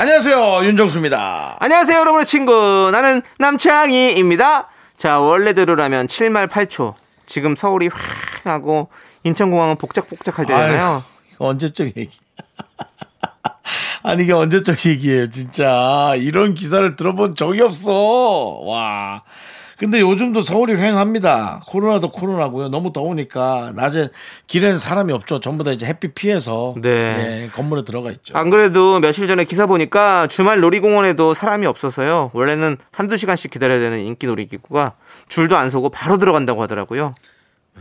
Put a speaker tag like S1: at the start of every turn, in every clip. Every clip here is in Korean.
S1: 안녕하세요 윤정수입니다.
S2: 안녕하세요, 여러분의 친구. 나는 남창희입니다. 자, 원래대로라면 7말 8초. 지금 서울이 확 하고 인천공항은 복작복작할 때잖아요.
S1: 아유, 언제적 얘기. 아니 이게 언제적 얘기예요 진짜 이런 기사를 들어본 적이 없어 와 근데 요즘도 서울이 휑합니다 코로나도 코로나고요 너무 더우니까 낮에 길에는 사람이 없죠 전부 다 이제 햇빛 피해서
S2: 네.
S1: 예, 건물에 들어가 있죠
S2: 안 그래도 며칠 전에 기사 보니까 주말 놀이공원에도 사람이 없어서요. 원래는 한두 시간씩 기다려야 되는 인기 놀이기구가 줄도 안 서고 바로 들어간다고 하더라고요.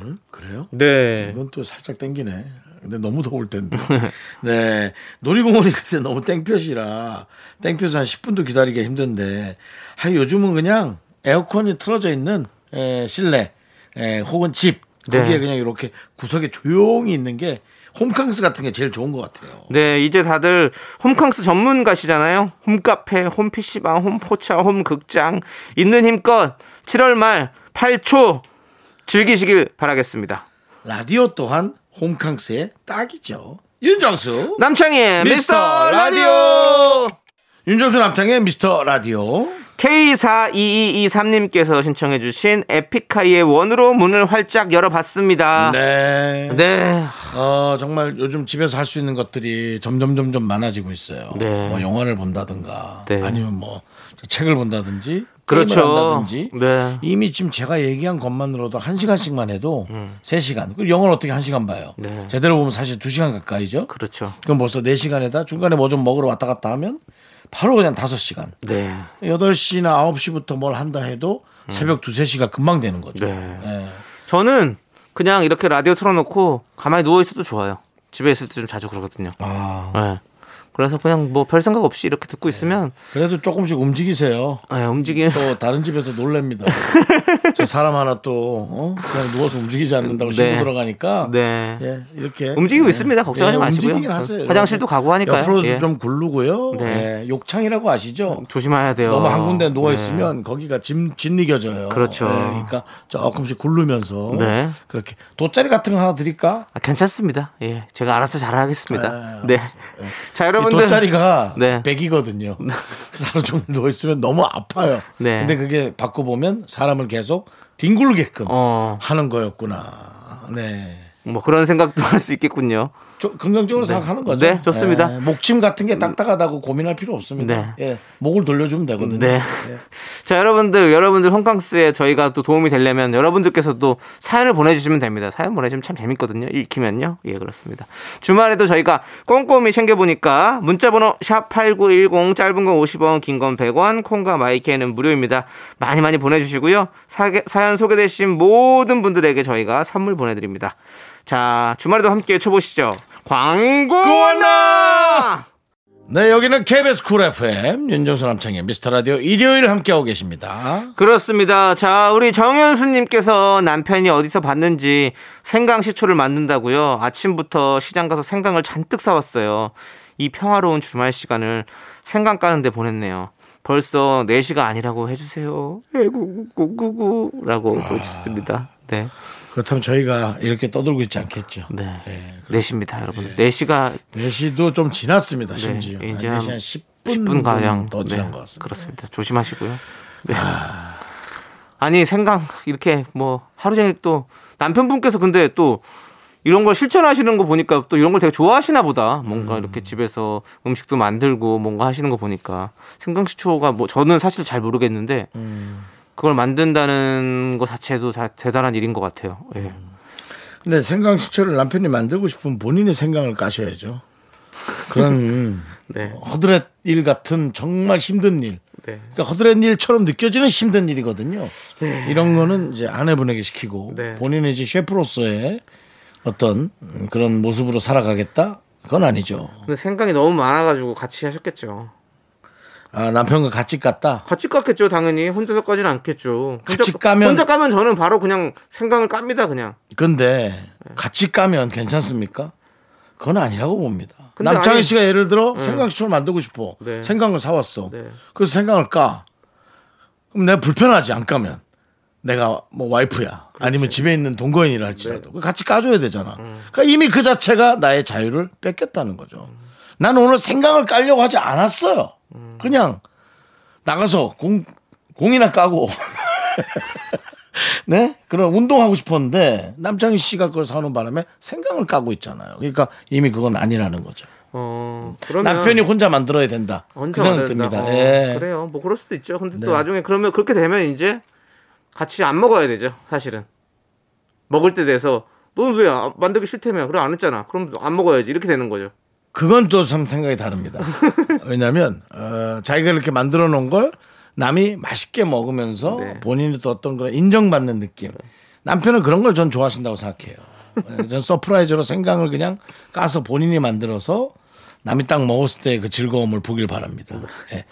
S1: 응? 그래요?
S2: 네.
S1: 이건 또 살짝 땡기네. 근데 너무 더울 텐데. 네. 놀이공원이 그때 너무 땡볕이라 땡볕에서 한 10분도 기다리기가 힘든데. 하 요즘은 그냥 에어컨이 틀어져 있는 에, 실내 에, 혹은 집
S2: 네.
S1: 거기에 그냥 이렇게 구석에 조용히 있는 게 홈캉스 같은 게 제일 좋은 것 같아요.
S2: 네, 이제 다들 홈캉스 전문가시잖아요. 홈카페, 홈피시방, 홈포차, 홈극장. 있는 힘껏 7월 말 8초 즐기시길 바라겠습니다.
S1: 라디오 또한 홈캉스의 딱이죠. 윤정수
S2: 남창희의 네, 미스터 라디오
S1: 윤정수 남창의 미스터 라디오
S2: K42223님께서 신청해 주신 에픽하이의 원으로 문을 활짝 열어봤습니다
S1: 네.
S2: 네.
S1: 어, 정말 요즘 집에서 할 수 있는 것들이 점점 점점 많아지고 있어요.
S2: 네.
S1: 뭐 영화를 본다든가
S2: 네.
S1: 아니면 뭐저 책을 본다든지
S2: 그렇죠.
S1: 게임을 한다든지
S2: 네.
S1: 이미 지금 제가 얘기한 것만으로도 한 시간씩만 해도 세 시간. 그리고 영화를 어떻게 한 시간 봐요?
S2: 음. 네.
S1: 제대로 보면 사실 두 시간 가까이죠.
S2: 그렇죠
S1: 그럼 벌써 네 시간에다 중간에 뭐 좀 먹으러 왔다 갔다 하면 바로 그냥 다섯 시간.
S2: 네.
S1: 여덟 시나 아홉 시부터 뭘 한다 해도 새벽 두세 시가 금방 되는 거죠.
S2: 음. 네.
S1: 예.
S2: 저는 그냥 이렇게 라디오 틀어놓고 가만히 누워있어도 좋아요 집에 있을 때 좀 자주 그러거든요
S1: 아,
S2: 네. 그래서 그냥 뭐 별 생각 없이 이렇게
S1: 네.
S2: 듣고 있으면
S1: 그래도 조금씩 움직이세요.
S2: 네, 움직이는
S1: 또 다른 집에서 놀랍니다. 저 사람 하나 또 어? 그냥 누워서 움직이지 않는다고 신고
S2: 네.
S1: 들어가니까
S2: 네.
S1: 예, 이렇게
S2: 움직이고 있습니다. 걱정하지 마시고요.
S1: 움직이긴 하세요.
S2: 화장실도 가고 하니까요.
S1: 옆으로
S2: 예.
S1: 좀 굴르고요.
S2: 네.
S1: 예, 욕창이라고 아시죠?
S2: 조심해야 돼요
S1: 너무 한 군데 누워
S2: 네.
S1: 있으면 거기가 짐 짓니겨져요.
S2: 그렇죠.
S1: 예, 그러니까 조금씩 굴르면서
S2: 네.
S1: 그렇게 돗자리 같은 거 하나 드릴까?
S2: 아, 괜찮습니다. 예, 제가 알아서 잘 하겠습니다.
S1: 아,
S2: 네. 자, 여러분들.
S1: 이 돗자리가
S2: 네.
S1: 100이거든요. 그래서 하루 종일 누워 있으면 너무 아파요.
S2: 네.
S1: 근데 그게 바꿔 보면 사람을 계속 뒹굴게끔
S2: 어,
S1: 하는 거였구나. 네.
S2: 뭐 그런 생각도 할 수 있겠군요.
S1: 저- 긍정적으로 생각하는 거죠.
S2: 네, 좋습니다.
S1: 예, 목침 같은 게 딱딱하다고 고민할 필요 없습니다. 예, 목을 돌려주면 되거든요. 예.
S2: 네. 자, 여러분들, 여러분들 홈캉스에 저희가 또 도움이 되려면 여러분들께서도 사연을 보내주시면 됩니다. 사연 보내주시면 참 재밌거든요. 읽히면요. 예, 그렇습니다. 주말에도 저희가 꼼꼼히 챙겨보니까 문자번호 샵8910 짧은 건 50원, 긴 건 100원, 콩과 마이케는 무료입니다. 많이 많이 보내주시고요. 사게- 사연 소개되신 모든 분들에게 저희가 선물 보내드립니다. 자, 주말에도 함께 외쳐보시죠. 광고나!
S1: 네, 여기는 KBS 쿨 FM 윤정수 남창의 미스터 라디오 일요일 함께하고 계십니다.
S2: 그렇습니다. 자, 우리 정현수님께서 남편이 어디서 봤는지 생강 시초를 만든다고요. 아침부터 시장 가서 생강을 잔뜩 사왔어요. 이 평화로운 주말 시간을 생강 까는데 보냈네요. 벌써 4시가 아니라고 해주세요. 에구구구구라고 보내셨습니다. 네,
S1: 그렇다면 저희가 이렇게 떠들고 있지 않겠죠.
S2: 네. 4시입니다, 여러분. 네. 4시가
S1: 4시도 좀 지났습니다, 심지어. 네,
S2: 이제
S1: 4시
S2: 한
S1: 한 10분,
S2: 10분 가량
S1: 더 지난
S2: 네,
S1: 것 같습니다. 아.
S2: 그렇습니다. 조심하시고요. 네. 아니 생강 이렇게 뭐 하루 종일 또 남편분께서 근데 또 이런 걸 실천하시는 거 보니까 또 이런 걸 되게 좋아하시나 보다. 뭔가
S1: 음.
S2: 이렇게 집에서 음식도 만들고 뭔가 하시는 거 보니까 생강시초가 뭐 저는 사실 잘 모르겠는데
S1: 음.
S2: 그걸 만든다는 것 자체도 다 대단한 일인 것 같아요. 예.
S1: 음. 근데 생강 시초를 남편이 만들고 싶으면 본인의 생강을 까셔야죠. 그런
S2: 네.
S1: 허드렛 일 같은 정말 힘든 일.
S2: 네.
S1: 그러니까 허드렛 일처럼 느껴지는 힘든 일이거든요. 이런 거는 이제 아내분에게 시키고
S2: 네.
S1: 본인의 이제 셰프로서의 어떤 그런 모습으로 살아가겠다. 그건 아니죠.
S2: 근데 생강이 너무 많아가지고 같이 하셨겠죠.
S1: 아, 남편과 같이 갔다.
S2: 같이 깠겠죠 당연히 혼자서 까진 않겠죠. 혼자,
S1: 같이 까면-
S2: 혼자 까면 저는 바로 그냥 생강을 깝니다 그냥.
S1: 근데
S2: 네.
S1: 같이 까면 괜찮습니까? 그건 아니라고 봅니다.
S2: 근데
S1: 남창희
S2: 아니-
S1: 씨가 예를 들어 생강식초를 만들고 싶어.
S2: 네.
S1: 생강을 사왔어.
S2: 네.
S1: 그래서 생강을 까. 그럼 내가 불편하지 안 까면. 내가 뭐 와이프야 아니면 집에 있는 동거인이라 할지라도 같이 까줘야 되잖아. 그러니까 이미 그 자체가 나의 자유를 뺏겼다는 거죠. 난 오늘 생강을 깔려고 하지 않았어요. 그냥 나가서 공 공이나 까고 네? 그런 운동하고 싶었는데 남창희 씨가 그걸 사는 바람에 생강을 까고 있잖아요. 그러니까 이미 그건 아니라는 거죠.
S2: 어 그러면
S1: 남편이 혼자 만들어야 된다. 그
S2: 언제
S1: 생각
S2: 만든다.
S1: 듭니다. 예.
S2: 어,
S1: 네.
S2: 그래요. 뭐 그럴 수도 있죠. 근데 또 나중에 그러면 그렇게 되면 이제 같이 안 먹어야 되죠. 사실은 먹을 때 돼서 너는 왜 안- 만들기 싫다며 그래 안 했잖아. 그럼 안 먹어야지 이렇게 되는 거죠.
S1: 그건 또 참 생각이 다릅니다. 왜냐하면 어, 자기가 이렇게 만들어 놓은 걸 남이 맛있게 먹으면서
S2: 네.
S1: 본인이 또 어떤 그런 인정받는 느낌. 남편은 그런 걸 전 좋아하신다고 생각해요. 예, 전 서프라이즈로 생강을 그냥 까서 본인이 만들어서 남이 딱 먹었을 때 그 즐거움을 보길 바랍니다. 예.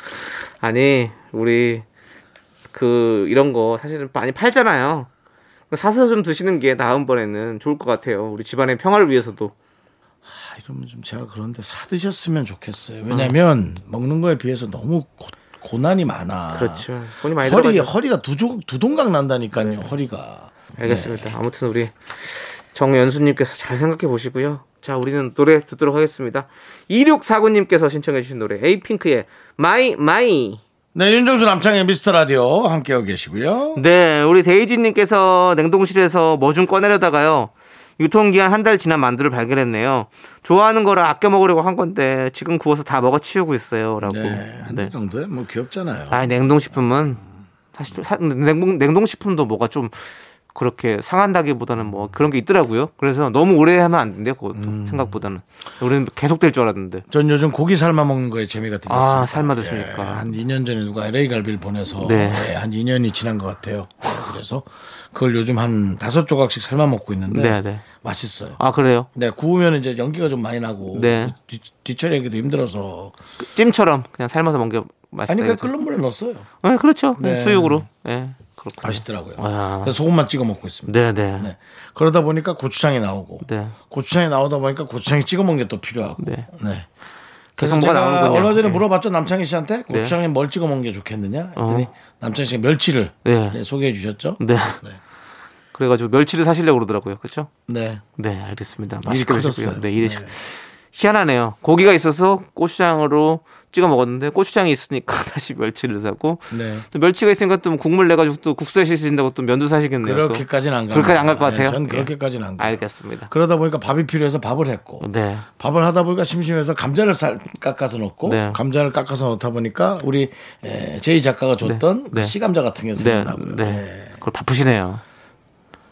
S2: 아니 우리 그 이런 거 사실은 많이 팔잖아요. 사서 좀 드시는 게 다음번에는 좋을 것 같아요. 우리 집안의 평화를 위해서도.
S1: 아, 이러면 좀 제가 그런데 사 드셨으면 좋겠어요. 왜냐하면 먹는 거에 비해서 너무 고, 고난이 많아.
S2: 음. 그렇죠. 돈이 많이
S1: 허리
S2: 들어가죠. 네.
S1: 허리가 두, 조- 두 동강 난다니까요. 허리가. 네.
S2: 알겠습니다. 아무튼 우리 정연수님께서 잘 생각해 보시고요. 자, 우리는 노래 듣도록 하겠습니다. 2649님께서 신청해 주신 노래 에이핑크의 마이 마이.
S1: 네, 윤정수 남창의 미스터 라디오 함께하고 계시고요.
S2: 네, 우리 데이지님께서 냉동실에서 뭐 좀 꺼내려다가요. 유통기한 한 달 지난 만두를 발견했네요. 좋아하는 거를 아껴 먹으려고 한 건데 지금 구워서 다 먹어 치우고 있어요라고.
S1: 네, 한
S2: 네.
S1: 달 정도에 뭐 귀엽잖아요.
S2: 아, 냉동식품은 사실 사- 냉동 냉동식품도 뭐가 좀 그렇게 상한다기보다는 뭐 그런 게 있더라고요. 그래서 너무 오래 하면 안 된대요. 그것도
S1: 음.
S2: 생각보다는 우리는 계속 될 줄 알았는데.
S1: 전 요즘 고기 삶아 먹는 거에 재미가 들렸습니다.
S2: 아, 삶아 드십니까?
S1: 예, 한 2년 전에 누가 LA 갈비를 보내서
S2: 네.
S1: 예, 한 2년이 지난 것 같아요. 그래서 그걸 요즘 한 다섯 조각씩 삶아 먹고 있는데
S2: 네, 네.
S1: 맛있어요.
S2: 아 그래요?
S1: 네, 구우면 이제 연기가 좀 많이 나고
S2: 네.
S1: 뒤- 뒤처리하기도 힘들어서
S2: 찜처럼 그냥 삶아서 먹는 게
S1: 아니
S2: 맛있다.
S1: 그냥 끓는 물에 넣었어요.
S2: 네, 그렇죠. 그냥
S1: 네.
S2: 수육으로. 네, 그렇군.
S1: 맛있더라고요.
S2: 아.
S1: 그래서 소금만 찍어 먹고 있습니다.
S2: 네, 네,
S1: 네. 그러다 보니까 고추장이 나오고
S2: 네.
S1: 고추장이 나오다 보니까 고추장이 찍어 먹는 게 또 필요하고
S2: 네.
S1: 네.
S2: 계속
S1: 그래서
S2: 뭐가
S1: 제가
S2: 나오는군요.
S1: 얼마 전에
S2: 네.
S1: 물어봤죠 남창희 씨한테 고추장에 뭘 찍어 먹는 게 좋겠느냐 했더니 남창희 씨가 멸치를
S2: 네.
S1: 네, 소개해 주셨죠
S2: 네. 그래가지고 멸치를 사시려고 그러더라고요. 그렇죠?
S1: 네
S2: 네, 알겠습니다.
S1: 일이
S2: 맛있게
S1: 커졌어요.
S2: 드시고요. 네, 이래 희한하네요. 고기가 있어서 고추장으로 찍어 먹었는데 고추장이 있으니까 다시 멸치를 사고
S1: 네.
S2: 또 멸치가 있으니까 또 국물 내 가지고 또 국수에 실신다고 또 면도 사시겠네요. 또.
S1: 그렇게까지는 안 가요
S2: 그렇게까지 안갈것 같아요.
S1: 전
S2: 예.
S1: 그렇게까지는 안 가요
S2: 알겠습니다.
S1: 그러다 보니까 밥이 필요해서 밥을 했고
S2: 네.
S1: 밥을 하다 보니까 심심해서 감자를 살, 깎아서 넣고
S2: 네.
S1: 감자를 깎아서 넣다 보니까 우리 에, 제이 작가가 줬던
S2: 네.
S1: 그
S2: 네.
S1: 씨감자 같은 게
S2: 네.
S1: 생각나고요.
S2: 네. 그걸 바쁘시네요.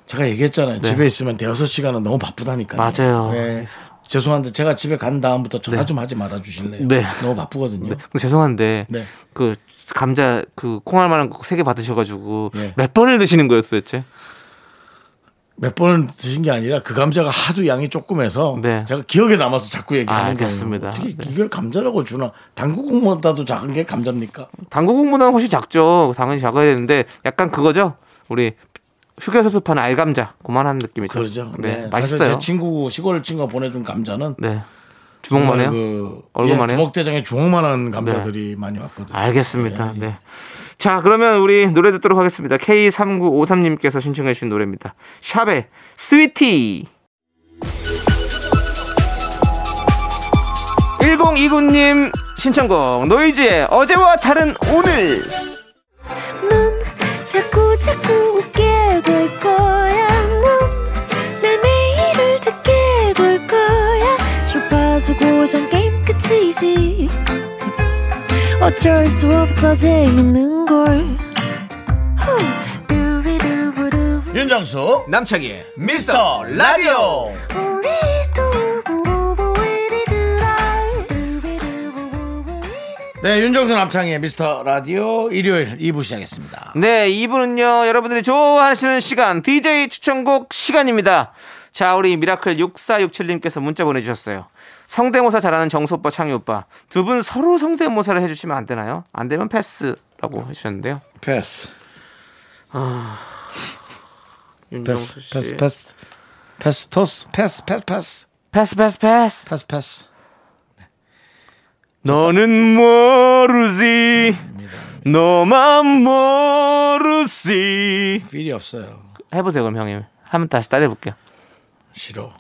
S1: 제가 얘기했잖아요. 집에 있으면 대여섯 시간은 너무 바쁘다니까요.
S2: 네. 맞아요.
S1: 네. 죄송한데 제가 집에 간 다음부터 전화
S2: 네.
S1: 좀 하지 말아 주실래요?
S2: 네.
S1: 너무 바쁘거든요.
S2: 네. 근데 죄송한데
S1: 네.
S2: 그 감자 그 콩알 만한 거 세 개 받으셔 가지고
S1: 네.
S2: 몇 번을 드시는 거였어요, 도대체?
S1: 몇 번을 드신 게 아니라 그 감자가 하도 양이 조금해서
S2: 네.
S1: 제가 기억에 남아서 자꾸 얘기하는
S2: 아,
S1: 거예요.
S2: 알겠습니다.
S1: 어떻게
S2: 네.
S1: 이걸 감자라고 주나? 당구국보다도 작은 게 감자입니까?
S2: 당구국보다 훨씬 작죠. 당연히 작아야 되는데 약간 그거죠. 우리 휴게소수 파는 알감자 그만한 느낌이죠.
S1: 그러죠.
S2: 네,
S1: 사실
S2: 맛있어요.
S1: 제 친구 시골 친구가 보내준 감자는
S2: 네, 주먹만 해요.
S1: 그
S2: 얼굴만 해요?
S1: 주먹대장에 주먹만한 감자들이 많이 왔거든요. 예.
S2: 알겠습니다. 네. 자, 그러면 우리 노래 듣도록 하겠습니다. K3953님께서 신청해 주신 노래입니다. 샵의 스위티. 1029님 신청곡 노이즈의 어제와 다른 오늘
S3: 넌 자꾸 자꾸 웃게 될 거야. 넌내 매일을 듣게 될 거야. 주파수 고정 게임 끝이지. 어쩔 수 없어 재밌는 걸. 후. 두비두부두.
S2: 네.
S1: 윤정수
S2: 남창희의
S1: 미스터 라디오.
S3: 우리 두부부부 우리 두라. 두비두부부부 우리 두라.
S1: 네, 윤정수 남창희의 미스터 라디오 일요일 2부 시작했습니다.
S2: 네, 2부는요, 여러분들이 좋아하시는 시간, DJ 추천곡 시간입니다. 자, 우리 미라클 6467님께서 문자 보내주셨어요. 성대모사 잘하는 정수오빠, 창희오빠. 두 분 서로 성대모사를 해주시면 안 되나요? 안 되면 패스라고 해주셨는데요.
S1: 패스.
S2: 윤정수
S1: 패스.
S2: 씨.
S1: 패스. 패스. 패스 토스. 패스. 패스. 패스.
S2: 패스, 패스, 패스.
S1: 패스. 패스.
S2: 너는 모르지. 너만 모르지.
S1: 필이 없어요.
S2: 해보세요, 그럼 형님. 한번 다시 따라해볼게요.
S1: 싫어.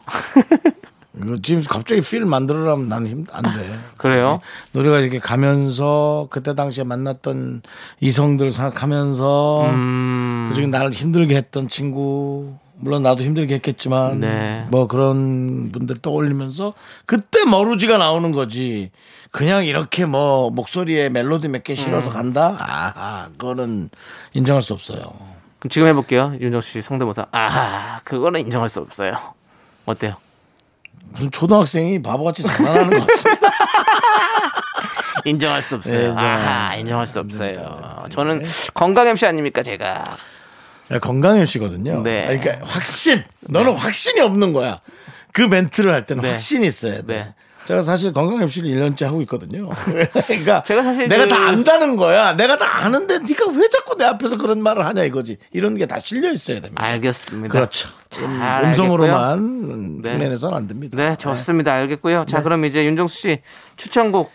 S1: 이거 지금 갑자기 필 만들으라면 나는 힘, 안 돼.
S2: 그래요?
S1: 노래가 이렇게 가면서 그때 당시에 만났던 이성들 생각하면서
S2: 음.
S1: 그중에 나를 힘들게 했던 친구 물론 나도 힘들게 했겠지만
S2: 네.
S1: 뭐 그런 분들 떠올리면서 그때 머루지가 나오는 거지 그냥 이렇게 뭐 목소리에 멜로디 몇 개 실어서 간다 아 그거는 인정할 수 없어요
S2: 그럼 지금 해볼게요. 윤정수 씨 성대모사. 아, 그거는 인정할 수 없어요. 어때요?
S1: 무슨 초등학생이 바보같이 장난하는 것 같습니다
S2: 인정할 수 없어요.
S1: 예, 인정. 네,
S2: 아, 인정할 수 없어요. 저는 건강 MC 아닙니까, 제가.
S1: 건강현 씨거든요
S2: 네.
S1: 아니, 그러니까 확신 너는 확신이 없는 거야 그 멘트를 할 때는
S2: 네.
S1: 확신이 있어야 돼
S2: 네.
S1: 제가 사실 건강 MC를 1년째 하고 있거든요. 그러니까
S2: 제가 사실
S1: 내가
S2: 그-
S1: 다 안다는 거야. 내가 다 아는데 네가 왜 자꾸 내 앞에서 그런 말을 하냐 이거지. 이런 게 다 실려 있어야 됩니다.
S2: 알겠습니다.
S1: 그렇죠. 음,
S2: 아, 네. 잘
S1: 음성으로만
S2: 알겠고요.
S1: 음,
S2: 네.
S1: 흉내내서는 안 됩니다.
S2: 네, 좋습니다.
S1: 네.
S2: 알겠고요. 자, 그럼 이제 윤정수 씨 추천곡.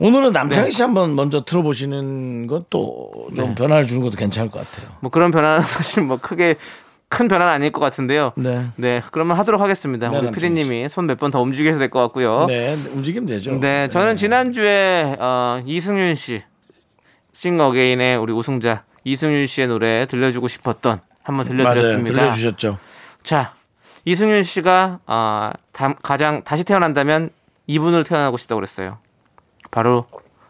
S1: 오늘은
S2: 네.
S1: 남창희 씨 한번 먼저 들어보시는 것도 좀 변화를 주는 것도 괜찮을 것 같아요.
S2: 뭐 그런 변화는 사실 뭐 크게 큰 변화는 아닐 것 같은데요.
S1: 네.
S2: 그러면 하도록 하겠습니다.
S1: 네,
S2: 우리
S1: 남창희
S2: 피디님이 손 몇 번 더 움직여서 될 것 같고요.
S1: 네, 움직이면 되죠.
S2: 어? 네, 저는 지난주에 어, 이승윤 씨 싱어게인의 우리 우승자 이승윤 씨의 노래 들려주고 싶었던 한번
S1: 맞아요.
S2: 들려드렸습니다.
S1: 들려주셨죠.
S2: 자, 이승윤 씨가 어, 다- 가장 다시 태어난다면 이분으로 태어나고 싶다고 그랬어요. 바로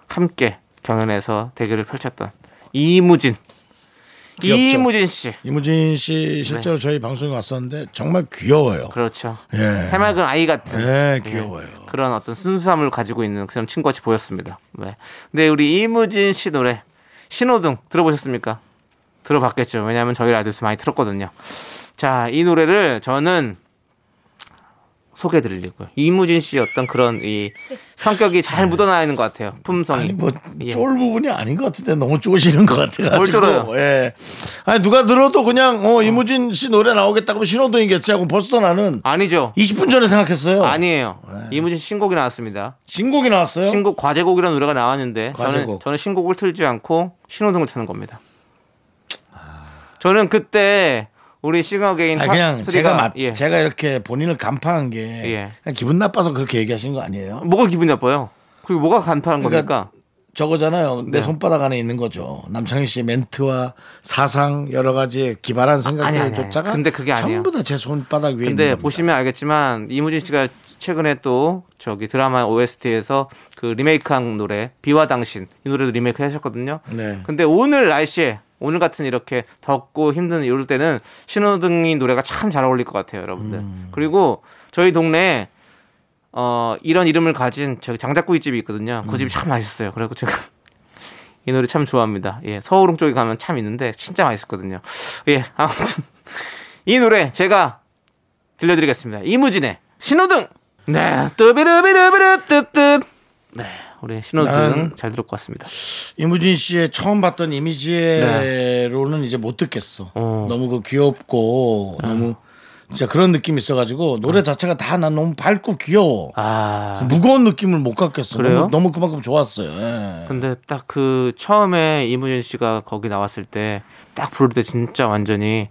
S2: 함께 경연에서 대결을 펼쳤던 이무진.
S1: 귀엽죠.
S2: 이무진 씨.
S1: 이무진 씨 실제로 저희 방송에 왔었는데 정말 귀여워요.
S2: 네. 그렇죠.
S1: 예.
S2: 해맑은 예. 아이 같은.
S1: 네, 귀여워요.
S2: 그런 어떤 순수함을 가지고 있는 그런 친구같이 보였습니다. 네. 근데 우리 이무진 씨 노래 신호등 들어보셨습니까? 들어봤겠죠. 왜냐하면 저희 라디오에서 많이 들었거든요. 자, 이 노래를 저는 소개해드리려고요. 이무진 씨 어떤 그런 이 성격이 잘 묻어나 있는 것 같아요. 품성이.
S1: 네. 아니 뭐
S2: 예.
S1: 쫄 부분이 아닌 것 같은데 너무 쪼시는 것 같아가지고.
S2: 뭘 쫄아요?
S1: 예. 아니 누가 들어도 그냥 어 이무진 씨 노래 나오겠다고 하면 신호등이겠지 하고 벌써 나는
S2: 아니죠.
S1: 20분 전에 생각했어요.
S2: 아니에요.
S1: 네.
S2: 이무진 씨 신곡이 나왔습니다.
S1: 신곡이 나왔어요.
S2: 신곡 과제곡이라는 노래가 나왔는데 저는
S1: 과제곡.
S2: 저는 신곡을 틀지 않고 신호등을 트는 겁니다. 저는 그때 우리 싱어게인
S1: 아 그냥
S2: 탑3가
S1: 제가 맞,
S2: 예.
S1: 제가 이렇게 본인을 간파한 게
S2: 예.
S1: 그냥 기분 나빠서 그렇게 얘기하신 거 아니에요?
S2: 뭐가 기분 나빠요? 그리고 뭐가 간파한
S1: 그러니까
S2: 겁니까?
S1: 저거잖아요.
S2: 네.
S1: 내 손바닥 안에 있는 거죠. 남창희 씨의 멘트와 사상 여러 가지 기발한
S2: 아니, 아니,
S1: 생각들을
S2: 아니.
S1: 쫓아가
S2: 근데 그게 아니에요.
S1: 전부 다 제 손바닥 위에 있는
S2: 근데
S1: 겁니다.
S2: 보시면 알겠지만 이무진 씨가 최근에 또 저기 드라마 OST에서 그 리메이크한 노래 비와 당신 이 노래도 리메이크 하셨거든요.
S1: 네.
S2: 근데 오늘 날씨에 오늘 같은 이렇게 덥고 힘든 이럴 때는 신호등이 노래가 참 잘 어울릴 것 같아요, 여러분들. 그리고 저희 동네에 어 이런 이름을 가진 저기 장작구이 집이 있거든요. 그 집이 참 맛있어요. 그래고 제가 이 노래 참 좋아합니다. 예, 서울흥 쪽에 가면 참 있는데 진짜 맛있거든요. 예, 아무튼 이 노래 제가 들려드리겠습니다. 이무진의 신호등. 네, 뚜비르비르비르 뚜뚜. 네, 우리 신호등
S1: 나는-
S2: 잘 들었고 왔습니다.
S1: 이무진 씨의 처음 봤던 이미지로는 이제 못 듣겠어.
S2: 어. 아.
S1: 너무 그 귀엽고 너무 진짜 그런 느낌이 있어가지고 노래 자체가 다 난 너무 밝고 귀여워.
S2: 아,
S1: 무거운 느낌을 못 갖겠어.
S2: 그래요?
S1: 너무, 너무 그만큼 좋았어요. 예.
S2: 근데 딱 그 처음에 이무진 씨가 거기 나왔을 때 딱 부를 때 진짜 완전히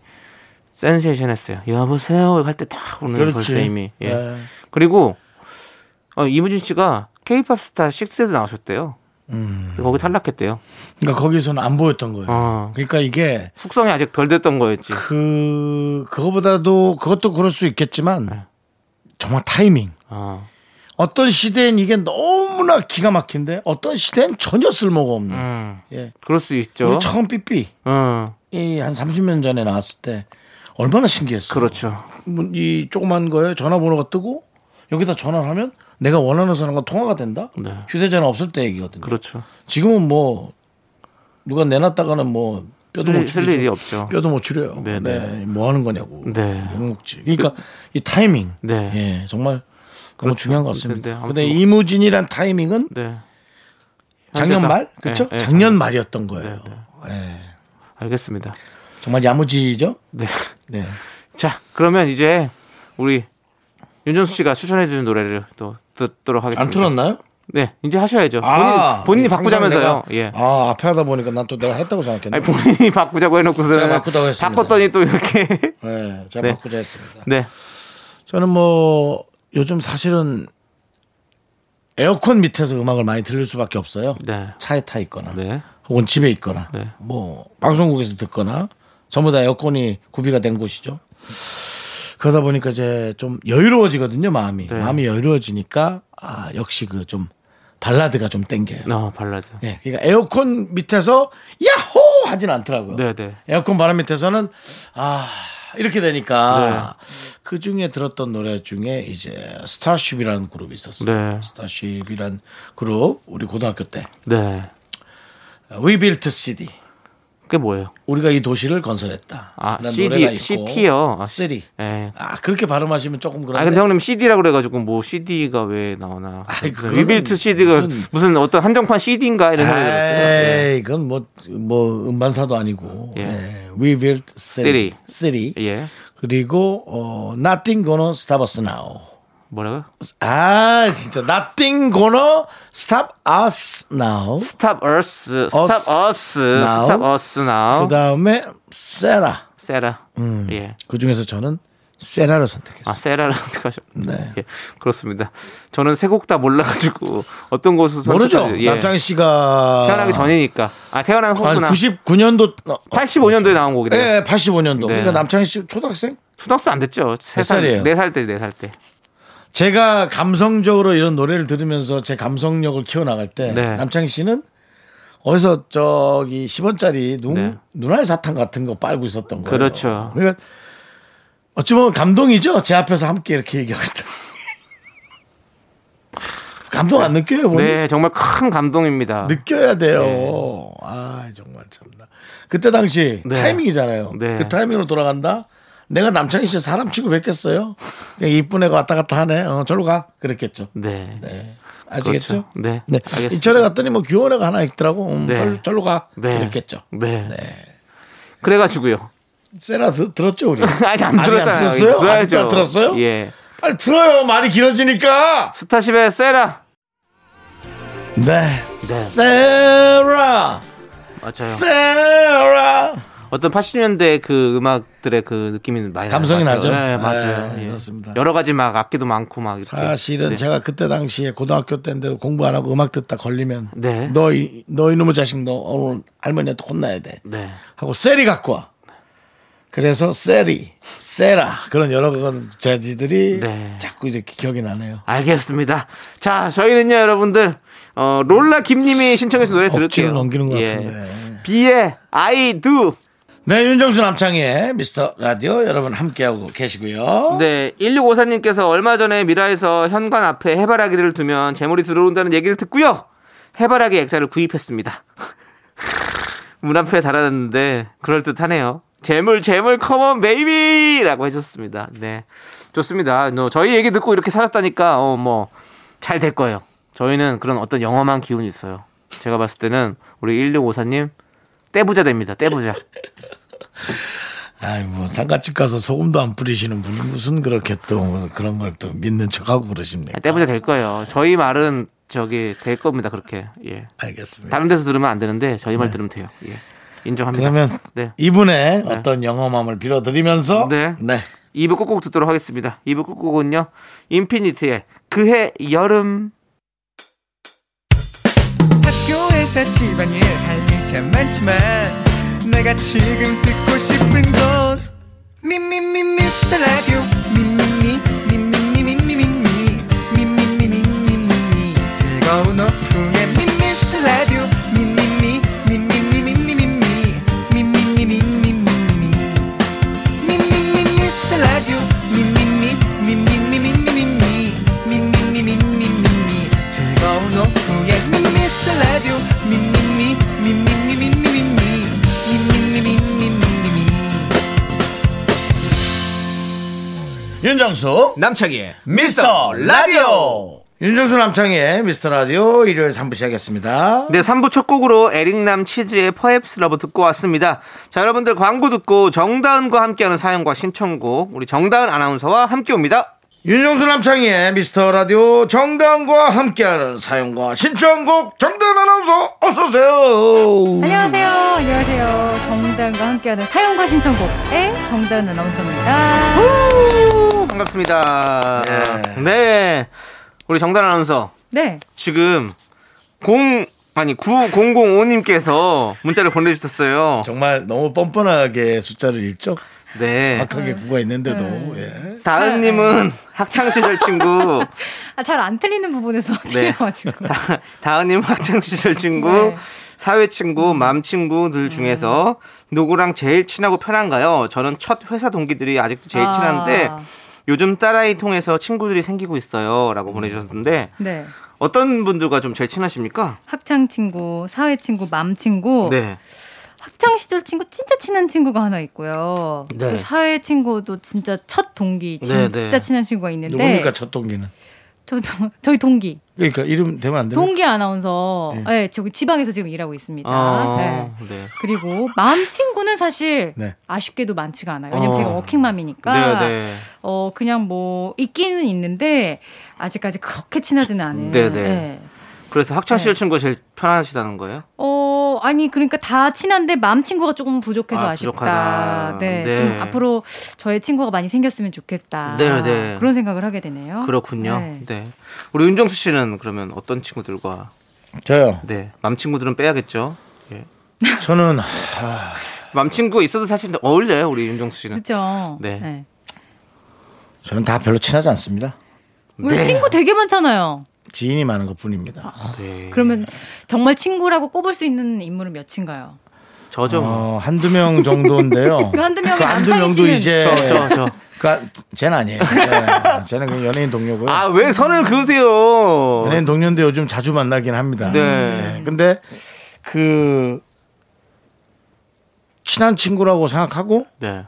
S2: 센세이션했어요. 여보세요 할 때 딱 오는
S1: 그렇지.
S2: 벌써 이미. 예.
S1: 예.
S2: 그리고 어, 이무진 씨가 K-팝 스타 6에도 나오셨대요.
S1: 음.
S2: 거기 탈락했대요.
S1: 그러니까 거기서는 안 보였던 거예요.
S2: 어.
S1: 그러니까 이게
S2: 숙성이 아직 덜 됐던 거였지.
S1: 그 그거보다도 그것도 그럴 수
S2: 네.
S1: 있겠지만 정말 타이밍.
S2: 어.
S1: 어떤 시대엔 이게 너무나 기가 막힌데 어떤 시대엔 전혀 쓸모가 없는.
S2: 음.
S1: 예.
S2: 그럴 수 있죠.
S1: 우리 처음 삐삐.
S2: 어.
S1: 이 한 30년 전에 나왔을 때 얼마나 신기했어.
S2: 그렇죠.
S1: 이 조그만 거에 전화번호가 뜨고 여기다 전화를 하면 내가 원하는 사람과 통화가 된다.
S2: 네.
S1: 휴대전화 없을 때 얘기거든요.
S2: 그렇죠.
S1: 지금은 뭐 누가 내놨다가는 뭐 뼈도
S2: 쓸-
S1: 못
S2: 쓸
S1: 추리죠.
S2: 일이 없죠.
S1: 뼈도 못 추려요. 네,
S2: 네,
S1: 뭐 하는 거냐고.
S2: 네.
S1: 욕먹지. 그러니까 이 타이밍.
S2: 네. 그렇죠.
S1: 예, 정말 너무 중요한 것
S2: 근데
S1: 같습니다.
S2: 아무튼
S1: 근데
S2: 뭐-
S1: 이무진이란 타이밍은
S2: 네.
S1: 작년
S2: 현재다.
S1: 말? 그렇죠?
S2: 네, 네.
S1: 작년 말이었던 거예요. 예.
S2: 알겠습니다.
S1: 정말 야무지죠?
S2: 네.
S1: 네.
S2: 자, 그러면 이제 우리 윤정수 씨가 추천해 주는 노래를 또 듣도록 하겠습니다.
S1: 안 틀었나요?
S2: 네, 이제 하셔야죠.
S1: 아,
S2: 본인, 본인이
S1: 항상
S2: 바꾸자면서요.
S1: 내가-
S2: 예.
S1: 아, 앞에 하다 보니까 난 또 내가 했다고
S2: 아니,
S1: 생각했네.
S2: 본인이 바꾸자고 해놓고서는
S1: 제가 바꾸자고 했습니다.
S2: 바꿨더니 또 이렇게.
S1: 네, 제가
S2: 네.
S1: 바꾸자 했습니다.
S2: 네.
S1: 저는 뭐 요즘 사실은 에어컨 밑에서 음악을 많이 들을 수밖에 없어요.
S2: 네.
S1: 차에 타 있거나
S2: 네.
S1: 혹은 집에 있거나
S2: 네.
S1: 뭐 방송국에서 듣거나 전부 다 에어컨이 구비가 된 곳이죠. 그러다 보니까 이제 좀 여유로워지거든요 마음이
S2: 네.
S1: 마음이 여유로워지니까 아 역시 그 좀 발라드가 좀 땡겨요.
S2: 어, 발라드.
S1: 예, 그러니까 에어컨 밑에서 야호 하진 않더라고요.
S2: 네, 네.
S1: 에어컨 바람 밑에서는 아 이렇게 되니까
S2: 네.
S1: 그 중에 들었던 노래 중에 이제 스타쉽이라는 그룹이 있었어요.
S2: 네.
S1: 스타쉽이란 그룹 우리 고등학교 때
S2: 네.
S1: We Built City
S2: 그게 뭐예요?
S1: 우리가 이 도시를 건설했다.
S2: 아,
S1: 라는
S2: CD,
S1: 노래가 있고.
S2: CT요. 아,
S1: City.
S2: 예.
S1: 아 그렇게 발음하시면 조금
S2: 아
S1: 그런데.
S2: 근데 형님 CD라 그래가지고 뭐 CD가 왜 나오나?
S1: 아이, 그거는
S2: 리빌트 CD가
S1: 무슨-
S2: 무슨, 어떤 한정판 CD인가 이런 생각이 들었어요. 예.
S1: 에이, 그건 뭐, 뭐, 음반사도 아니고.
S2: 예.
S1: 예. We built city. city.
S2: 예.
S1: 그리고, 어, nothing gonna stop us now.
S2: 뭐라고?
S1: 아, 진짜. nothing gonna stop us now.
S2: Stop Us, Stop
S1: Us
S2: Us,
S1: Now.
S2: Stop Us Now.
S1: 그 다음에, 세라.
S2: 세라. 예.
S1: 그 중에서 저는 세라를 선택했어요.
S2: 아 세라라는 거죠.
S1: 네.
S2: 예. 그렇습니다. 저는 세 곡 다 몰라가지고 어떤 곳을
S1: 모르죠?
S2: 선택하지- 예.
S1: 남창희 씨가.
S2: 태어나기 전이니까. 아 태어난
S1: 한
S2: 곡구나.
S1: 99년도. 어,
S2: 85년도에 나온 곡이래. 요
S1: 예, 85년도.
S2: 네.
S1: 그러니까 남창희 씨 초등학생?
S2: 초등학생 안 됐죠. 세
S1: 살이에요?
S2: 살, 네살 때, 네 살 때.
S1: 제가 감성적으로 이런 노래를 들으면서 제 감성력을 키워나갈 때
S2: 네.
S1: 남창희 씨는 어디서 저기 10원짜리 눈,
S2: 네.
S1: 눈알 사탕 같은 거 빨고 있었던 거예요.
S2: 그렇죠.
S1: 그러니까 어찌 보면 감동이죠. 제 앞에서 함께 이렇게 얘기하고 있다. 감동 안 느껴요, 본인?
S2: 네, 정말 큰 감동입니다.
S1: 느껴야 돼요. 아 정말 참나. 그때 당시
S2: 네.
S1: 타이밍이잖아요.
S2: 네.
S1: 그 타이밍으로 돌아간다. 내가 남창희 씨 사람 취급했겠어요. 그냥 이쁜 애가 왔다 갔다 하네. 어, 저로 가. 그랬겠죠.
S2: 네.
S1: 네. 아시겠죠?
S2: 그렇죠. 네.
S1: 네.
S2: 알겠습니다.
S1: 이철에 갔더니 뭐 귀여운 애가 하나 있더라고. 음,
S2: 네.
S1: 절, 절로 가.
S2: 네.
S1: 그랬겠죠.
S2: 네. 그래가지고요.
S1: 세라 드, 들었죠 우리.
S2: 아니 안
S1: 아직
S2: 들었잖아요.
S1: 안 들었어요?
S2: 들어야죠.
S1: 아직도 안 들었어요?
S2: 예.
S1: 빨리 들어요. 말이 길어지니까.
S2: 스타쉽의 세라.
S1: 네. 세라.
S2: 맞아요.
S1: 세라.
S2: 어떤 80년대 그 음악들의 그 느낌이 많이
S1: 감성이
S2: 나는 것 같아요.
S1: 나죠?
S2: 예, 맞아요.
S1: 예,
S2: 예.
S1: 그렇습니다.
S2: 여러 가지 막 악기도 많고 막 이렇게.
S1: 사실은
S2: 네.
S1: 제가 그때 당시에 고등학교 때인데 공부 안 하고 음악 듣다 걸리면
S2: 네.
S1: 너희 너희 놈의 자식 너 오늘 할머니한테 혼나야 돼
S2: 네.
S1: 하고 세리 갖고 와. 그래서 세리, 세라 그런 여러 가지 재지들이
S2: 네.
S1: 자꾸 이렇게 기억이 나네요.
S2: 알겠습니다. 자, 저희는요, 여러분들. 어, 롤라 김님이 신청해서 노래 들을게요.
S1: 억지로 넘기는 것 같은데.
S2: 비의 I do.
S1: 네, 윤정수 남창희의 미스터 라디오 여러분 함께하고 계시고요.
S2: 네, 1654님께서 얼마 전에 미라에서 현관 앞에 해바라기를 두면 재물이 들어온다는 얘기를 듣고요. 해바라기 액자를 구입했습니다. 문 앞에 달아놨는데 그럴듯하네요. 재물 재물 컴온 베이비라고 해줬습니다. 네, 좋습니다. 너 저희 얘기 듣고 이렇게 사셨다니까 어 뭐 잘 될 거예요. 저희는 그런 어떤 영험한 기운이 있어요. 제가 봤을 때는 우리 1654님 떼부자 됩니다. 떼부자.
S1: 아이 뭐 상가집 가서 소금도 안 뿌리시는 분이 무슨 그렇게 또 그런 걸 또 믿는 척하고 그러십니까?
S2: 아, 떼부자 될 거예요. 저희 말은 저기 될 겁니다. 그렇게 예.
S1: 알겠습니다.
S2: 다른 데서 들으면 안 되는데 저희 말 들으면 돼요. 예. 인정합니다.
S1: 네. 그러면
S2: 네.
S1: 이분의 어떤 영험함을 빌어드리면서
S2: 네.
S1: 네.
S2: 2부 꾹꾹 듣도록 하겠습니다. 2부 꾹꾹은요. 인피니트의 그해 여름
S4: 학교에서 집안일 할 일 참 많지만 내가 지금 듣고 싶은 건 미미미 미스터 라디오 미미미 미미미 미미미 미미미 미미미 즐거운 오후에 미스터 라디오 미미미 미미미 미미미 미미미 미미미
S5: 윤정수
S2: 남창희의
S5: 미스터 라디오
S1: 윤정수 남창의 미스터 라디오 일요일 3부 시작했습니다.
S2: 네, 3부 첫 곡으로 에릭남 치즈의 퍼헥스 러브 듣고 왔습니다. 자, 여러분들 광고 듣고 정다은과 함께하는 사연과 신청곡 우리 정다은 아나운서와 함께 옵니다.
S1: 윤정수 남창의 미스터 라디오 정다은과 함께하는 사연과 신청곡 정다은 아나운서 어서오세요.
S6: 안녕하세요. 안녕하세요. 정다은과 함께하는 사연과 신청곡의 정다은 아나운서입니다.
S2: 후, 반갑습니다. 네. 우리 정다은 아나운서
S6: 네.
S2: 지금 공 아니 9005님께서 문자를 보내주셨어요.
S1: 정말 너무 뻔뻔하게 숫자를 읽죠?
S2: 네,
S1: 정확하게 구가
S6: 음.
S1: 있는데도. 예.
S2: 다은님은
S6: 네.
S2: 학창 시절 친구,
S6: 아, 잘 안 틀리는 부분에서
S2: 네.
S6: 틀려가지고.
S2: 다- 다은님 학창시절 친구,
S6: 네. 음.
S2: 사회 친구, 맘 친구들 중에서 누구랑 제일 친하고 편한가요? 저는 첫 회사 동기들이 아직도 제일
S6: 아.
S2: 친한데 요즘 딸아이 통해서 친구들이 생기고 있어요. 라고 보내주셨는데
S6: 네.
S2: 어떤 분들과 좀 제일 친하십니까?
S6: 학창 친구, 사회 친구, 맘 친구.
S2: 네.
S6: 학창 시절 친구 진짜 친한 친구가 하나 있고요.
S2: 네.
S6: 또 사회 친구도 진짜 첫 동기
S2: 네,
S6: 진짜
S2: 네.
S6: 친한 친구가 있는데
S1: 누굽니까 첫 동기는?
S6: 저, 저, 저희 동기
S1: 그러니까 이름 되면
S2: 네.
S1: 안 되나?
S6: 동기 아나운서
S1: 네.
S6: 네. 저기 지방에서 지금 일하고 있습니다. 네.
S2: 아, 네.
S6: 그리고 맘 친구는 사실
S1: 네.
S6: 아쉽게도 많지가 않아요. 왜냐면
S2: 어.
S6: 제가 워킹맘이니까
S2: 네, 네.
S6: 어 그냥 뭐 있기는 있는데 아직까지 그렇게 친하지는 않은.
S2: 네, 네. 그래서
S6: 네.
S2: 학창시절 친구가 제일 편하시다는 거예요?
S6: 어 아니 그러니까 다 친한데 맘 친구가 조금 부족해서
S2: 아,
S6: 아, 쉽다
S2: 부족하다.
S6: 네,
S2: 네.
S6: 좀 앞으로 저의 친구가 많이 생겼으면 좋겠다.
S2: 네, 네.
S6: 그런 생각을 하게 되네요.
S2: 그렇군요.
S6: 네.
S2: 네. 우리 윤정수 씨는 그러면 어떤 친구들과
S1: 저요.
S2: 네. 맘 친구들은 빼야겠죠? 예.
S1: 저는
S2: 맘 친구가 있어도 사실 어울려요, 우리 윤정수 씨는.
S6: 그렇죠.
S2: 네.
S1: 저는 다 별로 친하지 않습니다.
S6: 우리 친구 되게 많잖아요.
S1: 지인이 많은 것 뿐입니다.
S6: 아,
S2: 네.
S6: 그러면 정말 친구라고 꼽을 수 있는 인물은 몇인가요?
S2: 저죠. 뭐.
S1: 어, 한두 명 정도인데요.
S6: 그 한두 명이
S1: 그 한두
S6: 남창희
S1: 명도
S6: 씨는-
S1: 이제
S2: 저, 저, 저.
S1: 그니까 쟤는 아니에요. 네. 쟤는 그냥 연예인 동료고요.
S2: 아, 왜 선을 그으세요?
S1: 연예인 동료인데 요즘 자주 만나긴 합니다.
S2: 네.
S1: 네, 근데 그 친한 친구라고 생각하고
S2: 네.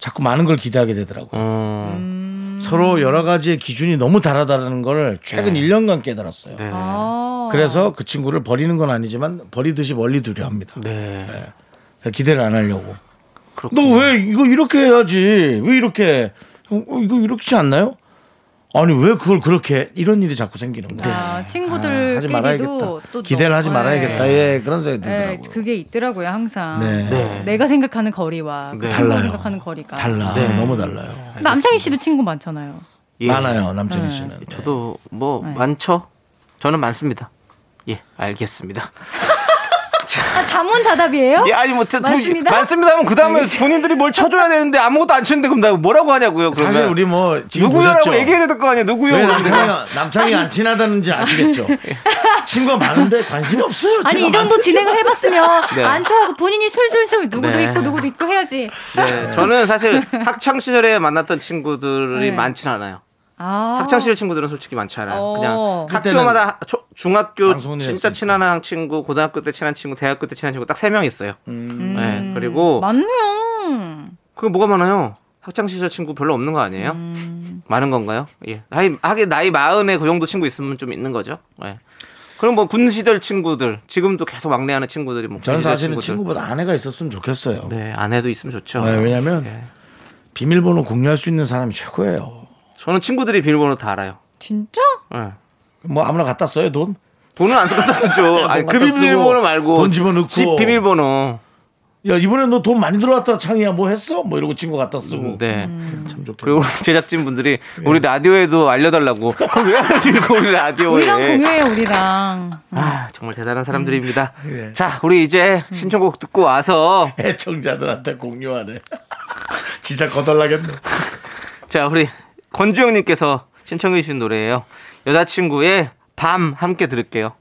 S1: 자꾸 많은 걸 기대하게 되더라고요.
S2: 어.
S6: 음.
S1: 서로 여러 가지의 기준이 너무 다르다는 걸 최근
S2: 네.
S1: 1년간 깨달았어요.
S2: 네.
S6: 아.
S1: 그래서 그 친구를 버리는 건 아니지만 버리듯이 멀리 두려 합니다. 그러니까
S2: 네.
S1: 기대를 안 하려고.
S2: 그렇군.
S1: 너 왜 이거 이렇게 해야지? 왜 이렇게? 어, 어, 이거 이렇게 지 않나요? 아니 왜 그걸 그렇게 해? 이런 일이 자꾸 생기는 거예요.
S6: 아,
S1: 하지
S6: 친구들끼리도
S1: 말아야겠다.
S6: 또
S1: 기대를
S6: 너-
S1: 하지
S6: 네.
S1: 말아야겠다. 예, 그런 생각이
S6: 네,
S1: 들더라고요.
S6: 그게 있더라고요 항상.
S1: 네.
S2: 네.
S6: 내가 생각하는 거리와 그
S2: 네.
S6: 친구가
S1: 달라요.
S6: 생각하는 거리가.
S1: 달라.
S2: 네.
S1: 너무 달라요.
S6: 남창희 씨도 친구 많잖아요.
S2: 예.
S1: 많아요, 남창희
S6: 네.
S1: 씨는.
S2: 저도 뭐
S6: 네.
S2: 많죠? 저는 많습니다. 예, 알겠습니다.
S6: 어? 아, 자문자답이에요?
S2: 예, 아니 뭐 저- 도-
S6: 맞습니다?
S2: 맞습니다 하면 그다음에 본인들이 뭘 쳐줘야 되는데 아무것도 안 치는데 그럼 나 뭐라고 하냐고요. 그러면.
S1: 사실 우리 뭐 지금
S2: 누구요라고
S1: 보셨죠?
S2: 얘기해야 될 거 아니에요. 누구요?
S1: 왜 남창이, 남창이 안 친하다는지 아시겠죠? 친구가 많은데 관심이 없어요.
S6: 아니
S1: 제가
S6: 이 정도
S1: 많-
S6: 진행을 해봤으면
S2: 네.
S6: 안 쳐하고 본인이 술술술 누구도
S2: 네.
S6: 있고 누구도 있고 해야지.
S2: 네, 저는 사실 학창 시절에 만났던 친구들이
S6: 네.
S2: 많진 않아요.
S6: 아.
S2: 학창 시절 친구들은 솔직히 많지 않아요.
S6: 어.
S2: 그냥
S1: 그때는
S2: 학교마다 하- 초- 중학교
S1: 방송을
S2: 진짜
S1: 했으니까.
S2: 친한 친구, 고등학교 때 친한 친구, 대학교 때 친한 친구 딱 세 명 있어요.
S1: 음.
S2: 네, 그리고
S6: 맞네요.
S2: 그게 뭐가 많아요? 학창 시절 친구 별로 없는 거 아니에요? 많은 건가요? 예. 나이 하긴 나이 마흔에 그 정도 친구 있으면 좀 있는 거죠. 예. 그럼 뭐 군 시절 친구들 지금도 계속 왕래하는 친구들이 뭐군
S1: 저는
S2: 시절
S1: 사실은 친구보다 아내가 있었으면 좋겠어요.
S2: 네, 예. 아내도 있으면 좋죠.
S1: 네, 왜냐면 비밀번호 공유할 수 있는 사람이 최고예요.
S2: 저는 친구들이 비밀번호 다 알아요.
S6: 진짜?
S2: 예.
S1: 뭐 아무나 갖다 써요 돈?
S2: 돈은 안 갖다 쓰죠. 아니,
S1: 돈
S2: 그
S1: 갖다 쓰고,
S2: 비밀번호 말고
S1: 돈 집어넣고.
S2: 집 비밀번호.
S1: 야 이번에 너 돈 많이 들어왔다 창이야 뭐 했어? 뭐 이러고 친구 갖다 쓰고 음,
S2: 네.
S1: 참 좋겠다.
S2: 그리고 우리 제작진분들이 우리 라디오에도 알려달라고. 그럼 왜 알려주고 우리
S1: 어, 예.
S2: 라디오에.
S6: 우리랑 공유해요 우리랑.
S2: 아, 정말 대단한 사람들입니다. 자, 우리 이제
S6: 음.
S2: 신청곡 듣고 와서
S1: 애청자들한테 공유하네. 진짜 거덜나겠네.
S2: 자, 우리 권주영님께서 신청해주신 노래예요. 여자친구의 밤 함께 들을게요.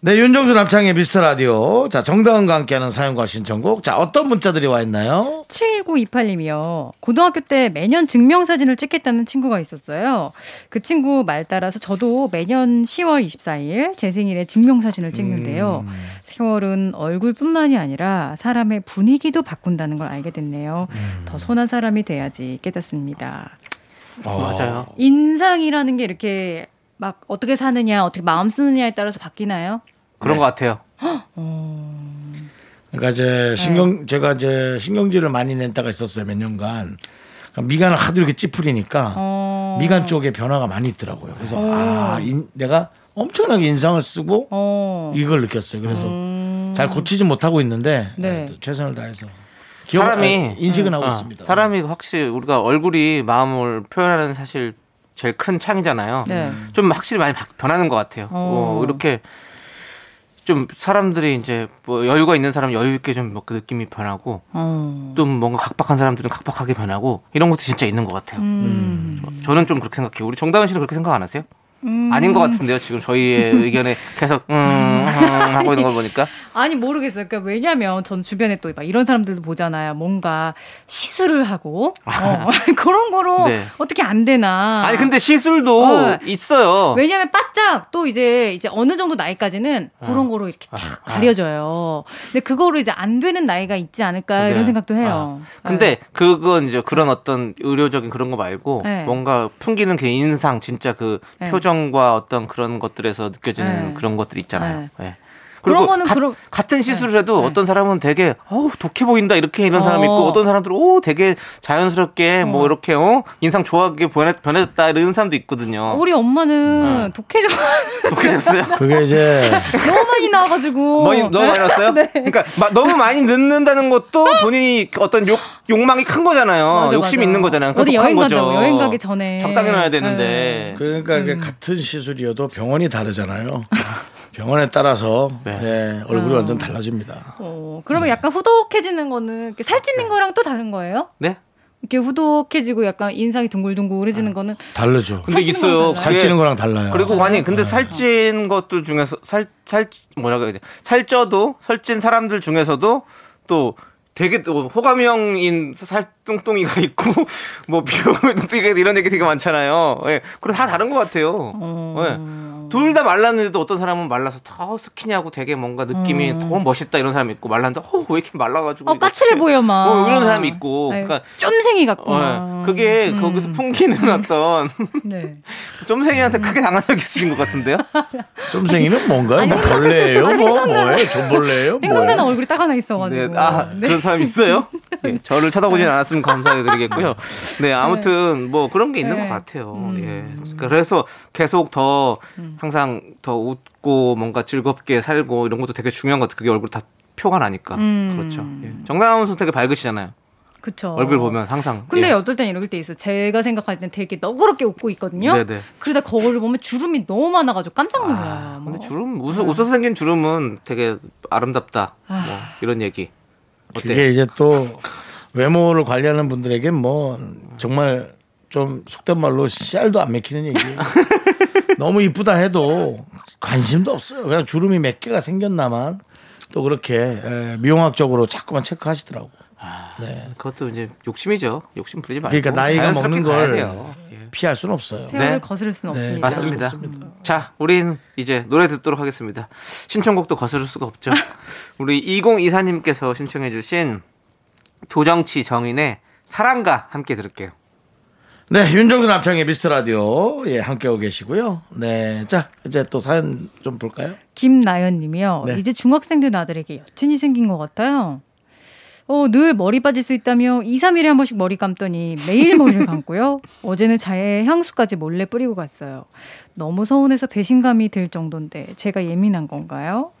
S1: 네, 윤정수 남창의 미스터 라디오. 자, 정다은과 함께하는 사연과 신청곡. 자, 어떤 문자들이 와 있나요?
S6: 7928님이요. 고등학교 때 매년 증명사진을 찍겠다는 친구가 있었어요. 그 친구 말 따라서 저도 매년 10월 24일 제 생일에 증명사진을 찍는데요.
S1: 음.
S6: 세월은 얼굴뿐만이 아니라 사람의
S1: 음.
S6: 분위기도 바꾼다는 걸 알게 됐네요. 더 선한 사람이 돼야지 깨닫습니다.
S2: 맞아요.
S6: 인상이라는 게 이렇게 막 어떻게 사느냐, 어떻게 마음 쓰느냐에 따라서 바뀌나요?
S2: 그런 것 같아요.
S1: 그러니까 이제 신경 제가 이제 신경질을 많이 낸 때가 있었어요 몇 년간 그러니까 미간을 하도 이렇게 찌푸리니까
S6: 어.
S1: 미간 쪽에 변화가 많이 있더라고요. 그래서 아 인- 내가 엄청나게 인상을 쓰고
S6: 어. 음.
S1: 이걸 느꼈어요. 음. 그래서 잘 고치지 못하고 있는데
S6: 네.
S1: 네, 최선을 다해서 기억,
S2: 사람이
S1: 아, 인식은 하고
S2: 어,
S1: 있습니다.
S2: 사람이 확실히 우리가 얼굴이 마음을 표현하는 사실 제일 큰 창이잖아요.
S6: 네.
S2: 좀 확실히 많이 바- 변하는 것 같아요.
S6: 어.
S2: 어, 이렇게 좀 사람들이 이제 뭐 여유가 있는 사람 여유 있게 좀뭐그 느낌이 변하고
S6: 어.
S2: 좀 뭔가 각박한 사람들은 각박하게 변하고 이런 것도 진짜 있는 것 같아요.
S6: 음.
S2: 음. 저는 좀 그렇게 생각해요. 우리 정다은 씨는 그렇게 생각 안 하세요? 아닌 것 같은데요. 지금 저희의 의견에 계속 음, 음 하고 있는 걸 보니까
S6: 아니 모르겠어요. 그러니까 왜냐면 전 주변에 또 막 이런 사람들도 보잖아요. 뭔가 시술을 하고 어. 그런 거로
S2: 아. 네.
S6: 어떻게 안 되나.
S2: 아니 근데 시술도
S6: 어.
S2: 있어요.
S6: 왜냐면 바짝 또 이제 이제 어느 정도 나이까지는
S2: 아.
S6: 그런 거로 이렇게 탁 가려져요. 근데 그거로 이제 안 되는 나이가 있지 않을까
S2: 네.
S6: 이런 생각도 해요.
S2: 아. 근데 그건 이제 그런 어떤 의료적인 그런 거 말고
S6: 네.
S2: 뭔가 풍기는 그 인상 진짜 그
S6: 네.
S2: 표정과 어떤 그런 것들에서 느껴지는
S6: 네.
S2: 그런 것들 있잖아요. 네.
S6: 그런
S2: 그리고
S6: 거는
S2: 가-
S6: 그런-
S2: 같은 시술을 해도
S6: 네.
S2: 어떤 사람은 되게 어우 독해 보인다 이렇게 이런 사람 이 있고
S6: 어.
S2: 어떤 사람들은 오 되게 자연스럽게 뭐 이렇게 어 인상 좋아하게 변해, 변해졌다 이런 사람도 있거든요.
S6: 우리
S2: 아.
S6: 엄마는 독해져
S2: 독해졌어요?
S1: 그게 이제
S6: 너무 많이 나와가지고
S2: 많이, 뭐, 너무 많이 왔어요?
S6: 네.
S2: 그러니까 마- 너무 많이 늦는다는 것도 본인이 어떤 욕, 욕망이 큰 거잖아요.
S6: 맞아,
S2: 욕심이
S6: 맞아.
S2: 있는 거잖아요. 그건
S6: 어디
S2: 독한
S6: 여행
S2: 거죠.
S6: 간다고, 여행 가기 전에.
S2: 적당히 놔야 되는데.
S1: 그러니까
S6: 음.
S1: 이게 같은 시술이어도 병원이 다르잖아요. 병원에 따라서
S2: 네.
S1: 네, 얼굴이 완전 달라집니다.
S6: 어, 그러면 약간 후독해지는 거는 이렇게 살찌는 거랑 또 다른 거예요?
S2: 네?
S6: 이렇게 후독해지고 약간 인상이 둥글둥글해지는
S2: 아.
S6: 거는
S1: 다르죠.
S2: 근데
S6: 살찌는
S2: 있어요.
S6: 거랑 달라요?
S1: 살찌는 거랑
S6: 네.
S1: 달라요.
S2: 그리고 아니 근데 살찐 것들 중에서 살 살 뭐라고 해야 돼 살쪄도 살찐 사람들 중에서도 또 되게 또 호감형인 살뚱뚱이가 있고 뭐 비호감뚱이가 이런 얘기 되게 많잖아요. 예, 그리고 다 다른 것 같아요.
S6: 음.
S2: 예. 둘 다 말랐는데도 어떤 사람은 말라서 더 스키냐고 되게 뭔가 느낌이 더 멋있다 이런 사람이 있고 말랐는데 어왜 이렇게 말라가지고
S6: 음. 어
S2: 이렇게
S6: 까칠해 보여 막
S2: 그러니까 어, 이런 사람이 있고
S6: 아유,
S2: 그러니까
S6: 쫌생이 같고
S2: 어, 그게
S6: 음.
S2: 거기서 풍기는 어떤
S6: 네.
S2: 좀생이한테 크게 당한 적이 있으신 것 같은데요?
S1: 좀생이는 뭔가요? 뭐 벌레예요?
S6: 아니,
S1: 뭐
S6: 생각나-
S1: 뭐예요? 좀벌레예요? 뭐예요?
S6: 생각나는 얼굴이 딱 하나 있어가지고
S2: 네, 아, 그런 사람 있어요?
S6: 네.
S2: 예, 저를 쳐다보진 않았으면 감사드리겠고요. 네, 아무튼 뭐 그런 게 있는
S6: 아. 네.
S2: 것 같아요. 예. 그래서 계속 더
S6: 음.
S2: 항상 더 웃고 뭔가 즐겁게 살고 이런 것도 되게 중요한 것 같아요. 그게 얼굴 다 표가 나니까.
S6: 음.
S2: 그렇죠. 예. 정다운 선택이 밝으시잖아요.
S6: 그쵸
S2: 얼굴 보면 항상.
S6: 어. 근데
S2: 예.
S6: 어떨 땐 이럴 때 있어. 요 제가 생각할 땐 되게 너그럽게 웃고 있거든요.
S2: 네네.
S6: 그러다 거울을 보면 주름이 너무 많아가지고 깜짝 놀라요.
S2: 아,
S6: 뭐.
S2: 근데 주름 웃어, 웃어서 생긴 주름은 되게 아름답다. 뭐 이런 얘기. 어때?
S1: 그게 이제 또 외모를 관리하는 분들에게 뭐 정말 좀 속된 말로 씨알도 안 맥히는 얘기예요. 너무 이쁘다 해도 관심도 없어요. 그냥 주름이 몇 개가 생겼나만 또 그렇게 에, 미용학적으로 자꾸만 체크하시더라고.
S2: 그것도 이제 욕심이죠. 욕심 부리지 말고.
S1: 그러니까 나이가
S2: 아, 자연스럽게
S1: 먹는
S2: 가야
S1: 걸
S2: 돼요. 예.
S1: 피할 수는 없어요.
S6: 세월을
S2: 네.
S6: 거스를 수는
S1: 네,
S6: 없습니다.
S2: 맞습니다. 자, 우린 이제 노래 듣도록 하겠습니다. 신청곡도 거스를 수가 없죠. 우리 2024님께서 신청해주신 조정치 정인의 사랑가 함께 들을게요.
S1: 네, 윤정수 남창의 미스터 라디오 예 함께하고 계시고요. 네, 자 이제 또 사연 좀 볼까요?
S6: 김나연님이요.
S1: 네.
S6: 이제 중학생 된 아들에게 여친이 생긴 것 같아요. 어, 늘 머리 빠질 수 있다며 2, 3일에 한 번씩 머리 감더니 매일 머리를 감고요. 어제는 자에 향수까지 몰래 뿌리고 갔어요. 너무 서운해서 배신감이 들 정도인데 제가 예민한 건가요?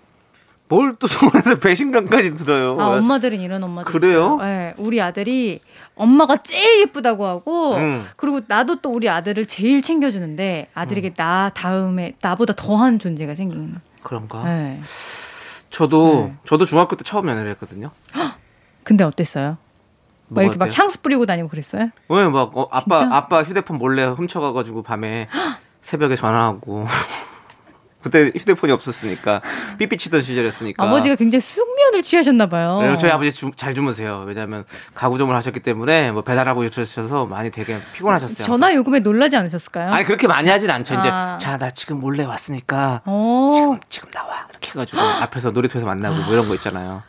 S2: 뭘 또 서울에서 배신감까지 들어요.
S6: 아, 엄마들은 이런 엄마들.
S2: 그래요?
S6: 있어요. 네, 우리 아들이 엄마가 제일 예쁘다고 하고,
S2: 음.
S6: 그리고 나도 또 우리 아들을 제일 챙겨주는데 아들에게
S2: 음.
S6: 나 다음에 나보다 더한 존재가 생긴.
S2: 그런가?
S6: 네.
S2: 저도 저도 중학교 때 처음 연애를 했거든요.
S6: 근데 어땠어요? 막
S2: 뭐가
S6: 이렇게 막
S2: 어때요?
S6: 향수 뿌리고 다니고 그랬어요?
S2: 왜 막 아빠
S6: 진짜?
S2: 아빠 휴대폰 몰래 훔쳐가가지고 밤에 새벽에 전화하고 그때 휴대폰이 없었으니까 삐삐치던 시절이었으니까
S6: 아버지가 굉장히 숙면을 취하셨나 봐요.
S2: 그러니까 네, 저희 아버지 주- 잘 주무세요. 왜냐하면 가구점을 하셨기 때문에 뭐 배달하고 유출하셔서 많이 되게 피곤하셨어요.
S6: 전화 요금에 놀라지 않으셨을까요?
S2: 아니 그렇게 많이 하진 않죠. 이제
S6: 아.
S2: 자 나 지금 몰래 왔으니까
S6: 어.
S2: 지금 지금 나와 이렇게 해가지고 앞에서 놀이터에서 만나고 뭐 이런 거 있잖아요.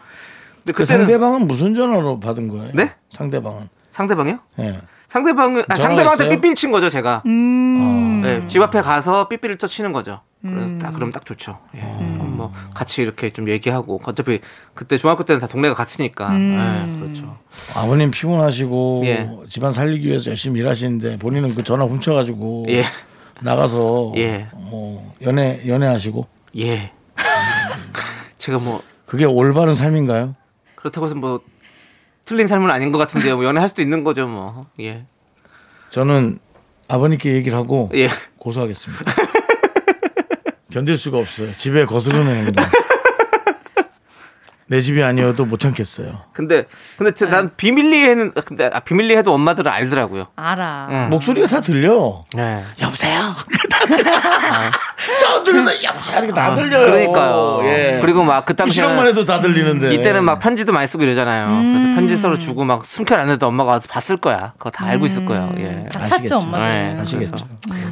S2: 근데
S1: 그
S2: 그때는
S1: 상대방은 무슨 전화로 받은 거예요?
S2: 네?
S1: 상대방은
S2: 상대방이요?
S1: 예.
S2: 상대방은 아,
S1: 전화가
S2: 상대방한테
S1: 있어요?
S2: 삐삐를 친 거죠 제가.
S1: 어.
S6: 음.
S2: 네, 집 앞에 가서 삐삐를 쳐 치는 거죠. 그래서 딱 그럼 딱 좋죠. 예.
S1: 어.
S2: 그럼 뭐 같이 이렇게 좀 얘기하고 어차피 그때 중학교 때는 다 동네가 같으니까.
S6: 음.
S2: 예, 그렇죠.
S1: 아버님 피곤하시고
S2: 예.
S1: 집안 살리기 위해서 열심히 일하시는데 본인은 그 전화 훔쳐가지고
S2: 예.
S1: 나가서
S2: 예.
S1: 어, 연애 연애하시고
S2: 예. 제가 뭐
S1: 그게 올바른 삶인가요?
S2: 그렇다고 해서 뭐 틀린 삶은 아닌 것 같은데요. 뭐 연애할 수도 있는 거죠, 뭐. 예.
S1: 저는 아버님께 얘기를 하고
S2: 예.
S1: 고소하겠습니다. 견딜 수가 없어요. 집에 거스르는 행동. 내 집이 아니어도 못 참겠어요.
S2: 근데 근데
S6: 네.
S2: 난 비밀리에는 근데 아, 비밀리 해도 엄마들은 알더라고요.
S6: 알아.
S2: 응.
S1: 목소리가 다 들려.
S6: 네.
S2: 예.
S1: 여보세요. 저 들리는 여보세요. 이렇게 다 들려요.
S2: 아, 그러니까요.
S1: 예. 그리고
S2: 그리고 막 그
S1: 시력만
S2: 당시에는
S1: 해도 네. 다 들리는데.
S2: 이때는 막 편지도 많이 쓰고 이러잖아요.
S6: 음.
S2: 그래서 편지 서로 주고 막 숨겨놨는데 엄마가 와서 봤을 거야. 그거 다 알고 있을 거예요. 예.
S6: 다
S1: 네, 아시겠죠. 네,
S6: 찾죠, 음. 엄마들.
S2: 예,
S1: 아시겠죠.
S2: 그래서.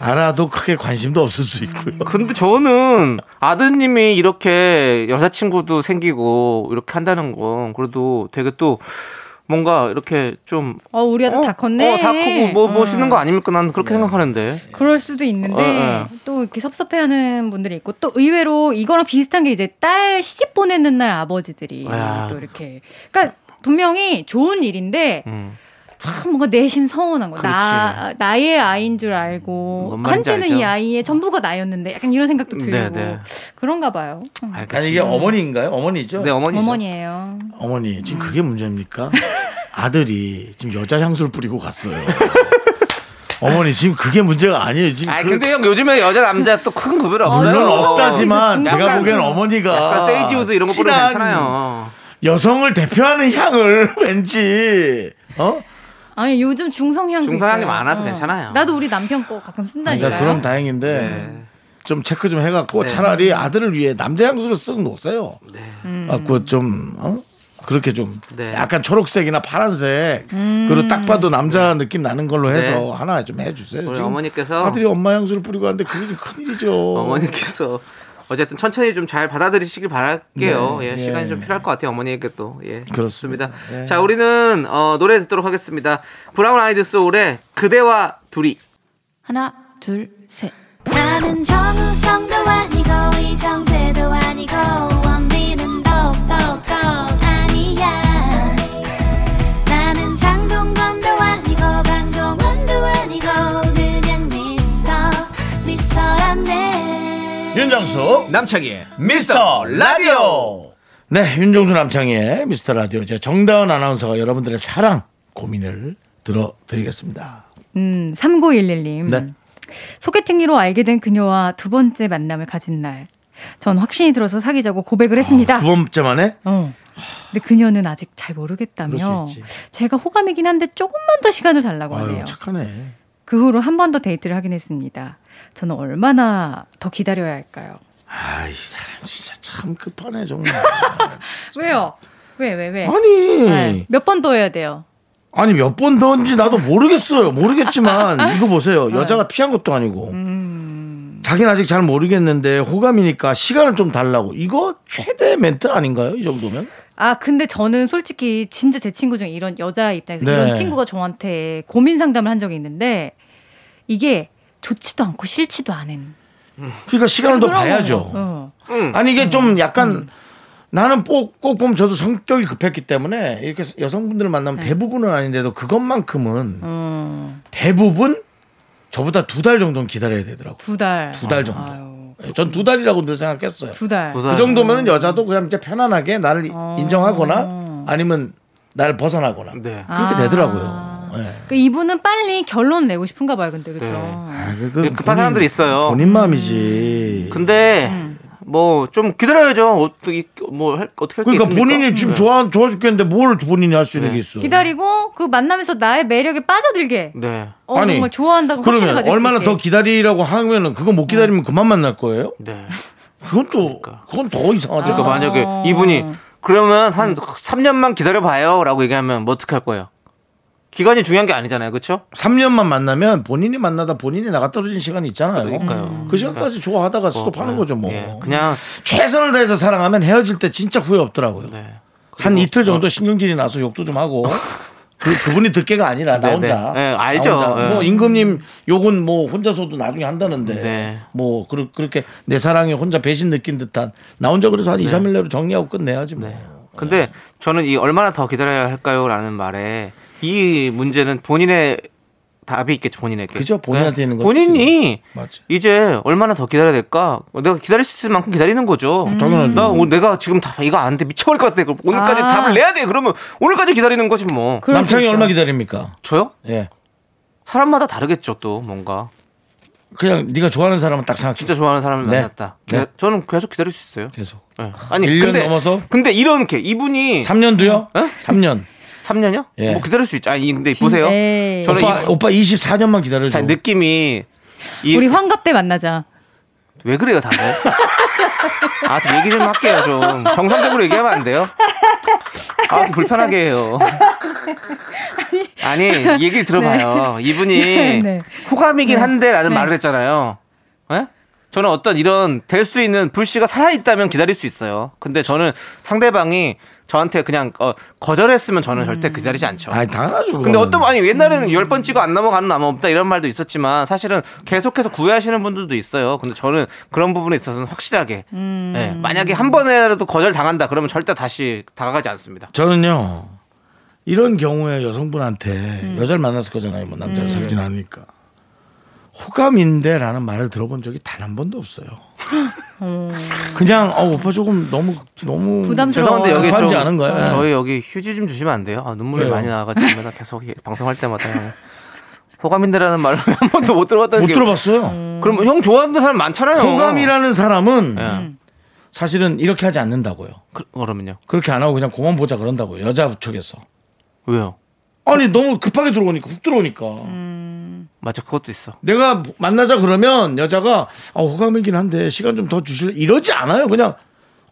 S1: 알아도 크게 관심도 없을 수 있고요.
S2: 근데 저는 아드님이 이렇게 여자친구도 생기고 이렇게 한다는 건 그래도 되게 또 뭔가 이렇게 좀
S6: 어, 우리 아들
S2: 어,
S6: 다 컸네.
S2: 어, 다 크고 뭐 멋있는
S6: 어.
S2: 거 아닙니까? 난
S1: 네.
S2: 그렇게 생각하는데.
S6: 그럴 수도 있는데
S2: 어, 어.
S6: 또 이렇게 섭섭해하는 분들이 있고 또 의외로 이거랑 비슷한 게 이제 딸 시집 보내는 날 아버지들이
S2: 야.
S6: 또 이렇게 그러니까 분명히 좋은 일인데
S2: 음.
S6: 참 뭔가 내심 서운한 거야 나 나의 아이인 줄 알고
S2: 뭔 말인지
S6: 한때는
S2: 알죠?
S6: 이 아이의 전부가 나였는데 약간 이런 생각도 들고
S2: 네, 네.
S6: 그런가 봐요 음.
S2: 알겠습니다.
S1: 아니 이게 어머니인가요? 어머니죠?
S2: 네, 어머니죠.
S6: 어머니예요
S1: 어머니 지금 그게 문제입니까? 아들이 지금 여자 향수를 뿌리고 갔어요. 어머니 지금 그게 문제가 아니에요. 지금
S2: 아
S1: 그-
S2: 근데 형 요즘에 여자 남자 또 큰 구별 없어요.
S1: 물론
S6: 중성-
S1: 없다지만
S6: 중성-
S1: 제가
S6: 약간
S1: 보기엔
S6: 그-
S1: 어머니가
S2: 약간 세이지우드 이런 거 뿌리면
S1: 진한
S2: 괜찮아요.
S1: 여성을 대표하는 향을 왠지 어?
S6: 아니 요즘 중성향
S2: 중성향이 많아서 괜찮아요.
S6: 나도 우리 남편 거 가끔 쓴다니까요
S1: 그러니까 그럼 다행인데
S2: 네.
S1: 좀 체크 좀 해갖고 차라리 아들을 위해 남자 향수를 쓱 놓으세요. 아, 그좀 어? 그렇게 좀
S2: 네.
S1: 약간 초록색이나 파란색 그리고 딱 봐도 남자 느낌 나는 걸로 해서
S2: 네.
S1: 하나 좀 해주세요.
S2: 우리
S1: 지금
S2: 어머니께서-
S1: 아들이 엄마 향수를 뿌리고 왔는데 그게 좀 큰일이죠.
S2: 어머니께서 어쨌든 천천히 좀 잘 받아들이시길 바랄게요.
S1: 네,
S2: 예,
S1: 예.
S2: 시간이 좀 필요할 것 같아요. 어머니에게 또. 예.
S1: 그렇습니다.
S2: 좋습니다.
S1: 예.
S2: 자, 우리는 어, 노래 듣도록 하겠습니다. 브라운 아이드 소울의 그대와 둘이.
S6: 하나 둘셋
S3: 나는 정우성도 아니고 이정재도 아니고 원빈은 더욱더 아니야 나는 장동건도 아니고 강동원도 아니고 그냥 미스터 미스터란데
S5: 윤정수 남창희의 미스터 라디오
S1: 네, 윤종수 남창희의 미스터 라디오 제 정다은 아나운서가 여러분들의 사랑 고민을 들어드리겠습니다.
S6: 음, 3911님.
S1: 네.
S6: 소개팅으로 알게 된 그녀와 두 번째 만남을 가진 날. 전 확신이 들어서 사귀자고 고백을 했습니다.
S1: 아, 두 번째 만에
S6: 어. 근데 그녀는 아직 잘 모르겠다며.
S1: 그럴 수 있지.
S6: 제가 호감이긴 한데 조금만 더 시간을 달라고
S1: 아유
S6: 하네요.
S1: 착하네.
S6: 그 후로 한 번 더 데이트를 하긴 했습니다. 저는 얼마나 더 기다려야 할까요?
S1: 아이 사람 진짜 참 급하네 정말.
S6: 왜요? 왜, 왜, 왜?
S1: 아니
S6: 몇 번 더 해야 돼요?
S1: 아니 몇 번 더인지 나도 모르겠어요. 모르겠지만 이거
S6: 네.
S1: 보세요. 여자가 피한 것도 아니고
S6: 음.
S1: 자기는 아직 잘 모르겠는데 호감이니까 시간을 좀 달라고 이거 최대 멘트 아닌가요? 이 정도면?
S6: 아, 근데 저는 솔직히 진짜 제 친구 중에 이런 여자 입장에서
S1: 네.
S6: 이런 친구가 저한테 고민 상담을 한 적이 있는데 이게 좋지도 않고 싫지도 않은.
S1: 그러니까 시간을 더
S6: 그런
S1: 봐야죠.
S6: 거예요. 어. 음.
S1: 아니 이게 좀 약간 나는 꼭, 꼭 보면 저도 성격이 급했기 때문에 이렇게 여성분들을 만나면
S6: 네.
S1: 대부분은 아닌데도 그것만큼은
S2: 음.
S1: 대부분 저보다 두 달 정도는 기다려야 되더라고요.
S6: 두 달.
S1: 두 달 정도.
S6: 아유.
S1: 예, 전 두 달이라고 늘 생각했어요.
S6: 두 달.
S2: 두 달.
S1: 그 정도면은 여자도 그냥 이제 편안하게 나를 이- 인정하거나 아니면 나를 벗어나거나
S2: 네.
S1: 그렇게 되더라고요. 예.
S6: 아. 그러니까 이분은 빨리 결론 내고 싶은가 봐요, 근데
S2: 네.
S6: 그죠? 어.
S1: 아, 그- 그
S2: 예, 급한
S1: 본인-
S2: 사람들이 있어요.
S1: 본인 마음이지.
S2: 근데 뭐 좀 기다려야죠. 어떻게 뭐 할- 어떻게 할게
S1: 그러니까
S2: 있습니까?
S1: 본인이 지금
S2: 네.
S1: 좋아 좋아 죽겠는데 뭘 본인이 할 수 있는
S2: 네.
S1: 게 있어.
S6: 기다리고 그 만남에서 나의 매력에 빠져들게.
S2: 네.
S6: 어,
S1: 아니,
S6: 정말 좋아한다고 확신을
S1: 그러면
S6: 가질 수
S1: 얼마나
S6: 있게. 어.
S1: 더 기다리라고 하면은 그거 못 기다리면 그만 만날 거예요?
S2: 네.
S1: 그건 또 그건 더 이상하죠.
S2: 그러니까 만약에 이분이 그러면
S1: 음.
S2: 한 3년만 기다려 봐요라고 얘기하면 뭐 어떻게 할 거예요? 기간이 중요한 게 아니잖아요. 그렇죠?
S1: 3년만 만나면 본인이 만나다 본인이 나가 떨어진 시간이 있잖아요.
S2: 그러니까요.
S1: 그 시간까지 좋아하다가 스톱하는 거죠, 뭐.
S2: 예, 그냥
S1: 최선을 다해서 음. 사랑하면 헤어질 때 진짜 후회 없더라고요.
S2: 네.
S1: 한 이틀 정도 신경질이 나서 욕도 좀 하고 그, 그분이 듣게가 아니라 나
S2: 어. 네,
S1: 혼자.
S2: 네. 네, 알죠.
S1: 나 혼자.
S2: 네.
S1: 뭐 임금님 욕은 뭐 혼자서도 나중에 한다는데
S2: 네.
S1: 뭐 그, 그렇게 내 사랑에 혼자 배신 느낀 듯한 나 혼자 그래서
S2: 네.
S1: 한 2, 3일 내로 정리하고 끝내야지 뭐.
S2: 근데 저는 이 얼마나 더 기다려야 할까요라는 말에 이 문제는 본인의 답이 있겠죠 본인에게. 네.
S1: 그죠, 본인한테 있는 거지.
S2: 본인이
S1: 맞지.
S2: 이제 얼마나 더 기다려야 될까? 내가 기다릴 수 있을 만큼 기다리는 거죠.
S1: 음, 당연하죠.
S2: 나 오늘 내가 지금 다 이거 안 돼 미쳐버릴 것 같아. 그럼 오늘까지
S6: 아.
S2: 답을 내야 돼. 그러면 오늘까지 기다리는 거지 뭐.
S6: 그럴 수
S1: 남창이
S6: 있어요.
S1: 얼마 기다립니까?
S2: 저요?
S1: 예.
S2: 사람마다 다르겠죠 또 뭔가
S1: 그냥 네가 좋아하는 사람은 딱 생각해.
S2: 진짜 좋아하는 사람을
S1: 네.
S2: 만났다.
S1: 네.
S2: 기- 저는 계속 기다릴 수 있어요.
S1: 계속.
S2: 예. 아니
S1: 일년
S2: 근데
S1: 넘어서?
S2: 근데 이렇게 이분이
S1: 3년도요?
S2: 어?
S1: 3년.
S2: 3년이요?
S1: 예.
S2: 뭐 기다릴 수 있죠. 아니 근데
S6: 진- 네.
S2: 보세요.
S6: 에이.
S2: 저는
S1: 오빠,
S2: 이,
S1: 오빠 24년만 기다려줘.
S2: 자, 느낌이 이,
S6: 우리 환갑 때 만나자.
S1: 음.
S2: 왜 그래요 다들? 아, 좀 얘기 좀 할게요 좀 정상적으로 얘기하면 안 돼요? 아, 불편하게 해요. 아니 얘기를 들어봐요. 이분이
S6: 네, 네.
S2: 호감이긴
S6: 네.
S2: 한데라는
S6: 네.
S2: 말을 했잖아요. 예? 저는 어떤 이런 될 수 있는 불씨가 살아 있다면 기다릴 수 있어요. 근데 저는 상대방이 저한테 그냥 어, 거절했으면 저는
S6: 음.
S2: 절대 기다리지 않죠.
S1: 아, 당연하죠.
S2: 근데
S1: 그거는.
S2: 어떤 아니 옛날에는 열 번 찍어 안 넘어가는 나무 뭐 없다 이런 말도 있었지만 사실은 계속해서 구애하시는 분들도 있어요. 근데 저는 그런 부분에 있어서는 확실하게
S6: 음.
S2: 예, 만약에 한 번이라도 거절 당한다 그러면 절대 다시 다가가지 않습니다.
S1: 저는요 이런 경우에 여성분한테
S6: 음.
S1: 여자를 만났을 거잖아요 뭐 남자를 사귀진 않으니까 호감인데라는 말을 들어본 적이 단 한 번도 없어요 그냥 어, 오빠 조금 너무 너무
S6: 음. 부담스러워.
S2: 죄송한데 여기 좀
S1: 급하지 않은 거예요
S2: 저희 여기 휴지 좀 주시면 안 돼요? 아, 눈물이
S1: 왜요?
S2: 많이 나가지고 맨날 계속 이- 방송할 때마다 형이 호감인데라는 말을 한 번도 못 들어봤다는
S1: 못
S2: 게
S1: 들어봤어요
S2: 그럼 형 좋아하는 사람 많잖아요.
S1: 호감이라는 사람은
S2: 예.
S6: 음.
S1: 사실은 이렇게 하지 않는다고요
S2: 그, 그러면요.
S1: 그렇게 안 하고 그냥 공원 보자 그런다고요 여자 쪽에서
S2: 왜요?
S1: 아니 너무 급하게 들어오니까 훅 들어오니까
S6: 음.
S2: 맞아 그것도 있어.
S1: 내가 만나자 그러면 여자가 아, 호감이긴 한데 시간 좀 더 주실 이러지 않아요. 그냥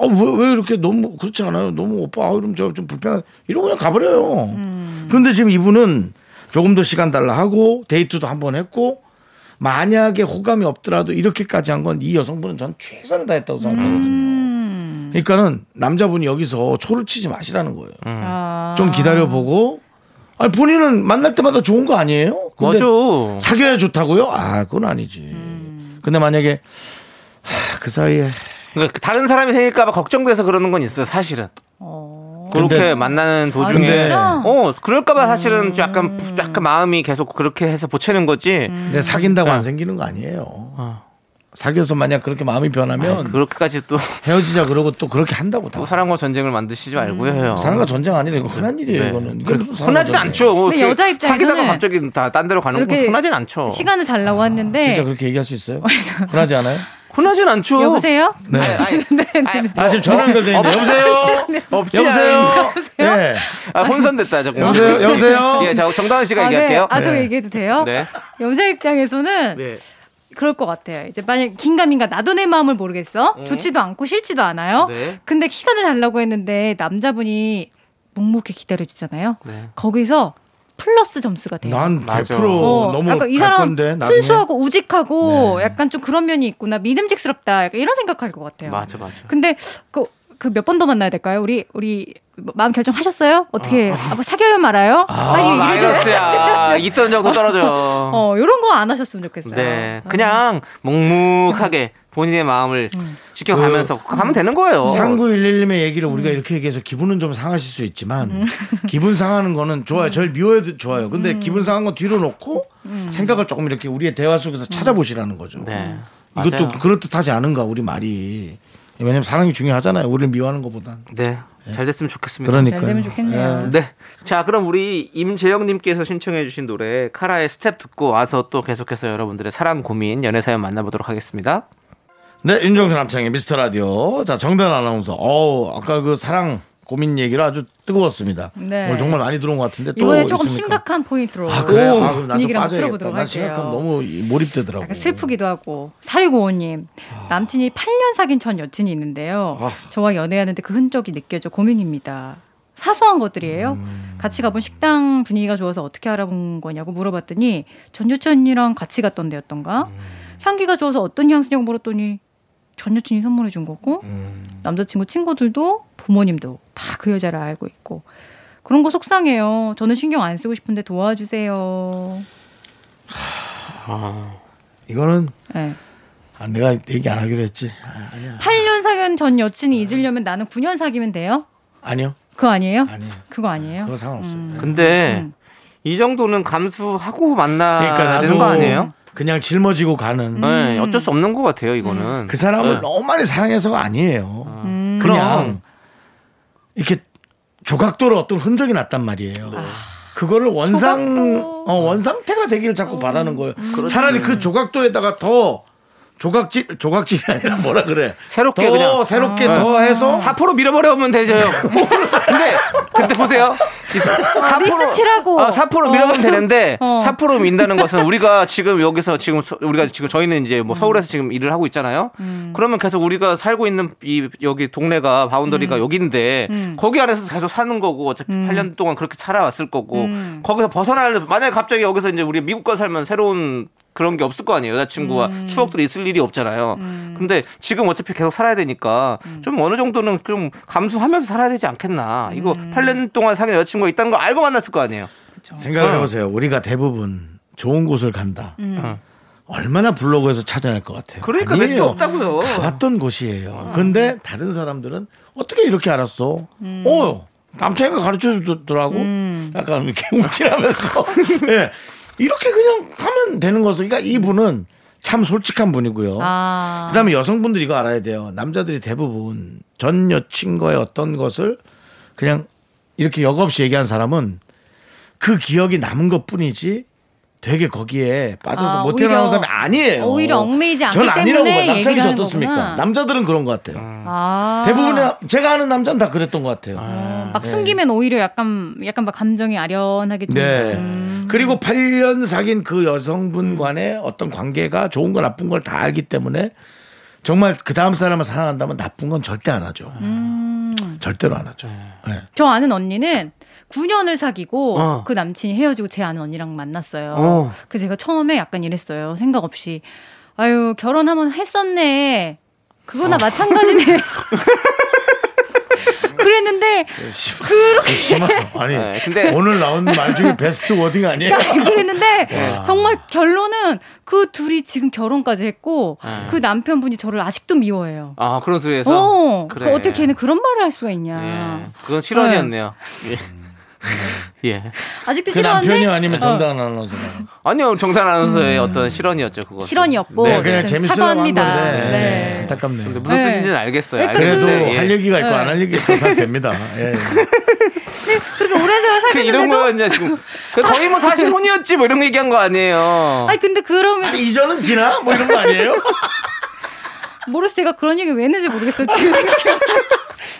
S1: 아, 왜, 왜 이렇게 너무 그렇지 않아요. 너무 오빠 아, 이러면 저좀 불편한 이러고 그냥 가버려요. 그런데 지금 이분은 조금 더 시간 달라 하고 데이트도 한 번 했고 만약에 호감이 없더라도 이렇게까지 한 건 이 여성분은 전 최선을 다했다고 생각하거든요. 그러니까는 남자분이 여기서 초를 치지 마시라는 거예요.
S6: 아.
S1: 좀 기다려보고 아니 본인은 만날 때마다 좋은 거 아니에요? 근데
S2: 맞아.
S1: 사귀어야 좋다고요? 아, 그건 아니지.
S2: 음.
S1: 근데 만약에 하, 그 사이에
S2: 그러니까 다른 사람이 생길까봐 걱정돼서 그러는 건 있어요, 사실은. 그렇게
S1: 근데-
S2: 만나는
S1: 아,
S2: 도중에
S1: 진짜?
S2: 어 그럴까봐 사실은 좀 약간 약간 마음이 계속 그렇게 해서 보채는 거지.
S6: 음.
S1: 근데 사귄다고 안
S2: 네.
S1: 생기는 거 아니에요. 사귀어서 만약 그렇게 마음이 변하면
S2: 아이, 그렇게까지 또,
S1: 헤어지자 그러고 또 그렇게 한다고 다.
S2: 또 사랑과 전쟁을 만드시지 말고요.
S6: 음.
S2: 해요.
S1: 사랑과 전쟁 아니라 이거 흔한 일이에요,
S2: 네.
S1: 이거는. 이게
S2: 그래,
S1: 무슨 사랑과
S2: 흔하진
S1: 전쟁이에요.
S2: 않죠. 뭐
S6: 근데
S2: 이렇게
S6: 여자 입장에서는
S2: 사귀다가 갑자기 다 딴 데로 가는 건
S6: 그렇게
S2: 흔하진 뭐, 않죠.
S6: 시간을 달라고
S2: 네.
S6: 했는데
S1: 아, 진짜 그렇게 얘기할 수 있어요? 흔하지 않아요?
S2: 흔하진 않죠.
S6: 여보세요?
S1: 네.
S2: 아니, 아니, 아니,
S1: 아, 지금 전화 연결돼 있는데. 여보세요?
S6: 네,
S2: 없지
S1: 여보세요? 예.
S2: 아, 혼선됐다. 잠깐.
S1: 여보세요? 여보세요?
S2: 예, 자, 정다은 씨가
S6: 아,
S2: 얘기할게요.
S6: 네. 아, 저
S1: 네.
S6: 얘기해도 돼요?
S2: 네.
S6: 여자 입장에서는
S2: 네.
S6: 그럴 것 같아요. 이제 만약 긴가민가 나도 내 마음을 모르겠어. 좋지도 않고 싫지도 않아요.
S2: 네.
S6: 근데 시간을 달라고 했는데 남자분이 묵묵히 기다려주잖아요.
S2: 네.
S6: 거기서 플러스 점수가 돼요.
S1: 난 100%
S2: 어, 맞아.
S1: 뭐 너무
S6: 약간 이
S1: 갈
S6: 사람
S1: 건데, 나중에. 네.
S6: 순수하고 우직하고 약간 좀 그런 면이 있구나 믿음직스럽다 약간 이런 생각할 것 같아요.
S2: 맞아, 맞아.
S6: 근데 그 그 몇 번 더 만나야 될까요? 우리 우리 마음 결정하셨어요? 어떻게 아, 뭐 사겨요 말아요? 빨리
S2: 아,
S6: 이래 줘.
S2: 마이너스야. 있던 정도 떨어져.
S6: 어 이런 거 안 하셨으면 좋겠어요.
S2: 네. 그냥 묵묵하게 본인의 마음을 지켜가면서
S1: 그
S2: 가면 되는 거예요.
S1: 3911님의 얘기를 우리가 이렇게 얘기해서 기분은 좀 상하실 수 있지만
S6: 음.
S1: 기분 상하는 거는 좋아요. 절 미워해도 좋아요. 근데 기분 상한 건 뒤로 놓고
S6: 음.
S1: 생각을 조금 이렇게 우리의 대화 속에서 찾아보시라는 거죠.
S2: 네.
S1: 이것도
S2: 맞아요.
S1: 그렇듯하지 않은가 우리 말이. 왜냐면 사랑이 중요하잖아요. 우리를 미워하는 것보단.
S2: 네. 잘 됐으면 좋겠습니다.
S1: 그러니까.
S6: 잘 되면 좋겠네요.
S2: 네. 자, 그럼 우리 임재영님께서 신청해주신 노래 카라의 스텝 듣고 와서 또 계속해서 여러분들의 사랑 고민, 연애 사연 만나보도록 하겠습니다.
S1: 네, 윤정수 남창의 미스터 라디오. 자, 정단 아나운서. 어우, 아까 그 사랑 고민 얘기를 아주 뜨거웠습니다.
S6: 네.
S1: 오늘 정말 많이 들어온 것 같은데 또
S6: 이번에 조금
S1: 있습니까?
S6: 심각한 포인트로
S1: 아, 그래요? 아, 그럼 난좀
S6: 분위기를 한번
S1: 빠져야겠다.
S6: 틀어보도록
S1: 난
S6: 할게요.
S1: 심각하면 너무 이- 몰입되더라고.
S6: 약간 슬프기도 하고 사리고호님 남친이 8년 사귄 전 여친이 있는데요. 저와 연애하는데 그 흔적이 느껴져 고민입니다. 사소한 것들이에요. 같이 가본 식당 분위기가 좋아서 어떻게 알아본 거냐고 물어봤더니 전 여친이랑 같이 갔던 데였던가 향기가 좋아서 어떤 향수냐고 물었더니 전 여친이 선물해 준 거고 남자친구 친구들도 부모님도 다 그 여자를 알고 있고 그런 거 속상해요. 저는 신경 안 쓰고 싶은데 도와주세요.
S1: 아. 이거는
S6: 네.
S1: 아, 내가 얘기 안 하기로 했지. 아,
S6: 8년 사귄 전 여친이 잊으려면 나는 9년 사귀면 돼요?
S1: 아니요.
S6: 그거 아니에요?
S1: 아니에요. 네,
S6: 그거 아니에요?
S1: 그건 상관없어요.
S6: 음.
S2: 근데 이 정도는 감수하고 만나야
S1: 음. 그러니까 나도
S2: 되는 거 아니에요?
S1: 그냥 짊어지고 가는
S2: 네, 어쩔 수 없는 것 같아요, 이거는.
S1: 그 사람을
S2: 네.
S1: 너무 많이 사랑해서가 아니에요.
S6: 음.
S1: 그냥
S2: 그럼.
S1: 이렇게 조각도로 어떤 흔적이 났단 말이에요. 그거를 원상
S6: 아. 조각도. 음.
S1: 어, 원상태가 되길 자꾸 바라는 거예요. 차라리 그 조각도에다가 더 조각질 조각질이 아니라 뭐라 그래.
S2: 새롭게
S1: 더
S2: 그냥.
S1: 새롭게
S2: 아.
S1: 더 해서
S2: 사포로 밀어버려면 되죠. 근데 근데 보세요. 이 사-
S6: 아,
S2: 사포로
S6: 미스칠하고.
S2: 아, 사포로 밀어면
S6: 어.
S2: 되는데
S6: 어.
S2: 사포로 민다는 것은 우리가 지금 여기서 지금 서- 우리가 지금 저희는 이제 뭐 서울에서 지금 일을 하고 있잖아요.
S6: 음.
S2: 그러면 계속 우리가 살고 있는 이 여기 동네가
S6: 음.
S2: 바운더리가 여기인데 거기 안에서 계속 사는 거고 어차피 8년 동안 그렇게 살아왔을 거고
S6: 음.
S2: 거기서 벗어나려 만약에 갑자기 여기서 이제 우리 미국 가 살면 새로운 그런 게 없을 거 아니에요. 여자친구와
S6: 음.
S2: 추억들이 있을 일이 없잖아요. 근데 지금 어차피 계속 살아야 되니까
S6: 음.
S2: 좀 어느 정도는 좀 감수하면서 살아야 되지 않겠나. 이거
S6: 음.
S2: 8년 동안 사귄 여자친구가 있다는 걸 알고 만났을 거 아니에요.
S1: 생각을
S2: 어.
S1: 해보세요. 우리가 대부분 좋은 곳을 간다.
S2: 어.
S1: 얼마나 블로그에서 찾아낼 것 같아요.
S2: 그러니까
S1: 아니에요.
S2: 멘트 없다고요.
S1: 가봤던 곳이에요. 근데 다른 사람들은 어떻게 이렇게 알았어? 어, 남자애가 가르쳐 주더라고. 약간 이렇게 움찔하면서. 예. 이렇게 그냥 하면 되는 거죠. 그러니까 이분은 참 솔직한 분이고요.
S6: 아.
S1: 그다음에 여성분들이 이거 알아야 돼요. 남자들이 대부분 전 여친과의 어떤 것을 그냥 이렇게 역없이 얘기한 사람은 그 기억이 남은 것뿐이지 되게 거기에 빠져서
S6: 아,
S1: 못 태어나는
S6: 오히려-
S1: 사람이 아니에요.
S6: 오히려 얽매이지 않기
S1: 전 아니라고
S6: 때문에
S1: 봐요. 남자는
S6: 얘기를
S1: 저
S6: 하는
S1: 어떻습니까?
S6: 거구나.
S1: 남자들은 그런 것 같아요.
S6: 아.
S1: 음. 대부분의 제가 아는 네. 남자는 다 그랬던 것 같아요.
S6: 어, 막 숨기면 오히려 약간 약간 막 감정이 아련하게 좀
S1: 네.
S6: 음.
S1: 그리고 8년 사귄 그 여성분 간의 어떤 관계가 좋은 거 나쁜 걸 다 알기 때문에 정말 그 다음 사람을 사랑한다면 나쁜 건 절대 안 하죠.
S6: 음.
S1: 절대로 안 하죠. 네.
S6: 저 아는 언니는 9년을 사귀고
S2: 어.
S6: 그 남친이 헤어지고 제 아는 언니랑 만났어요.
S2: 어.
S6: 그 제가 처음에 약간 이랬어요. 생각 없이 아유 결혼하면 했었네. 그거나
S1: 어.
S6: 마찬가지네. 그랬는데 그렇게
S1: 심한- 아니
S2: 네, 근데-
S1: 오늘 나온 말 중에 베스트 워딩 아니에요?
S6: 그러니까 그랬는데 정말 결론은 그 둘이 지금 결혼까지 했고
S2: 네.
S6: 그 남편분이 저를 아직도 미워해요.
S2: 아 그런 소리에서.
S6: 어,
S2: 그래.
S6: 그 어떻게 걔는 그런 말을 할 수가 있냐.
S2: 예, 그건 실언이었네요. 예. 예.
S6: 아직도
S1: 그
S6: 싫어하는데
S1: 남편이 아니면
S6: 어.
S1: 정당 아나운서가
S2: 아니요 정산 아나운서의 어떤 실언이었죠 그거.
S6: 실언이었고.
S2: 네, 그냥
S6: 그냥
S1: 그냥
S6: 네,
S1: 재밌으려고 한
S6: 사과합니다.
S1: 건데
S6: 네.
S1: 안타깝네요.
S2: 근데 뭐 무슨
S6: 네.
S2: 뜻인지는 알겠어요. 예.
S6: 그러니까
S1: 그래도
S6: 그-
S1: 할 얘기가 있고
S6: 네.
S1: 안 할 얘기가 있고 상됩니다. 예.
S6: 그렇게 오랜 세월
S2: 그 이런
S6: 사귀는데도
S2: 거 이제 지금 그 거의 뭐 사실 혼이었지 뭐 이런 거 얘기한 거 아니에요.
S6: 아니 근데 그러면
S1: 아니, 이전은 지나 뭐 이런 거 아니에요?
S6: 모르겠어 제가 그런 얘기 왜 했는지 모르겠어요 지금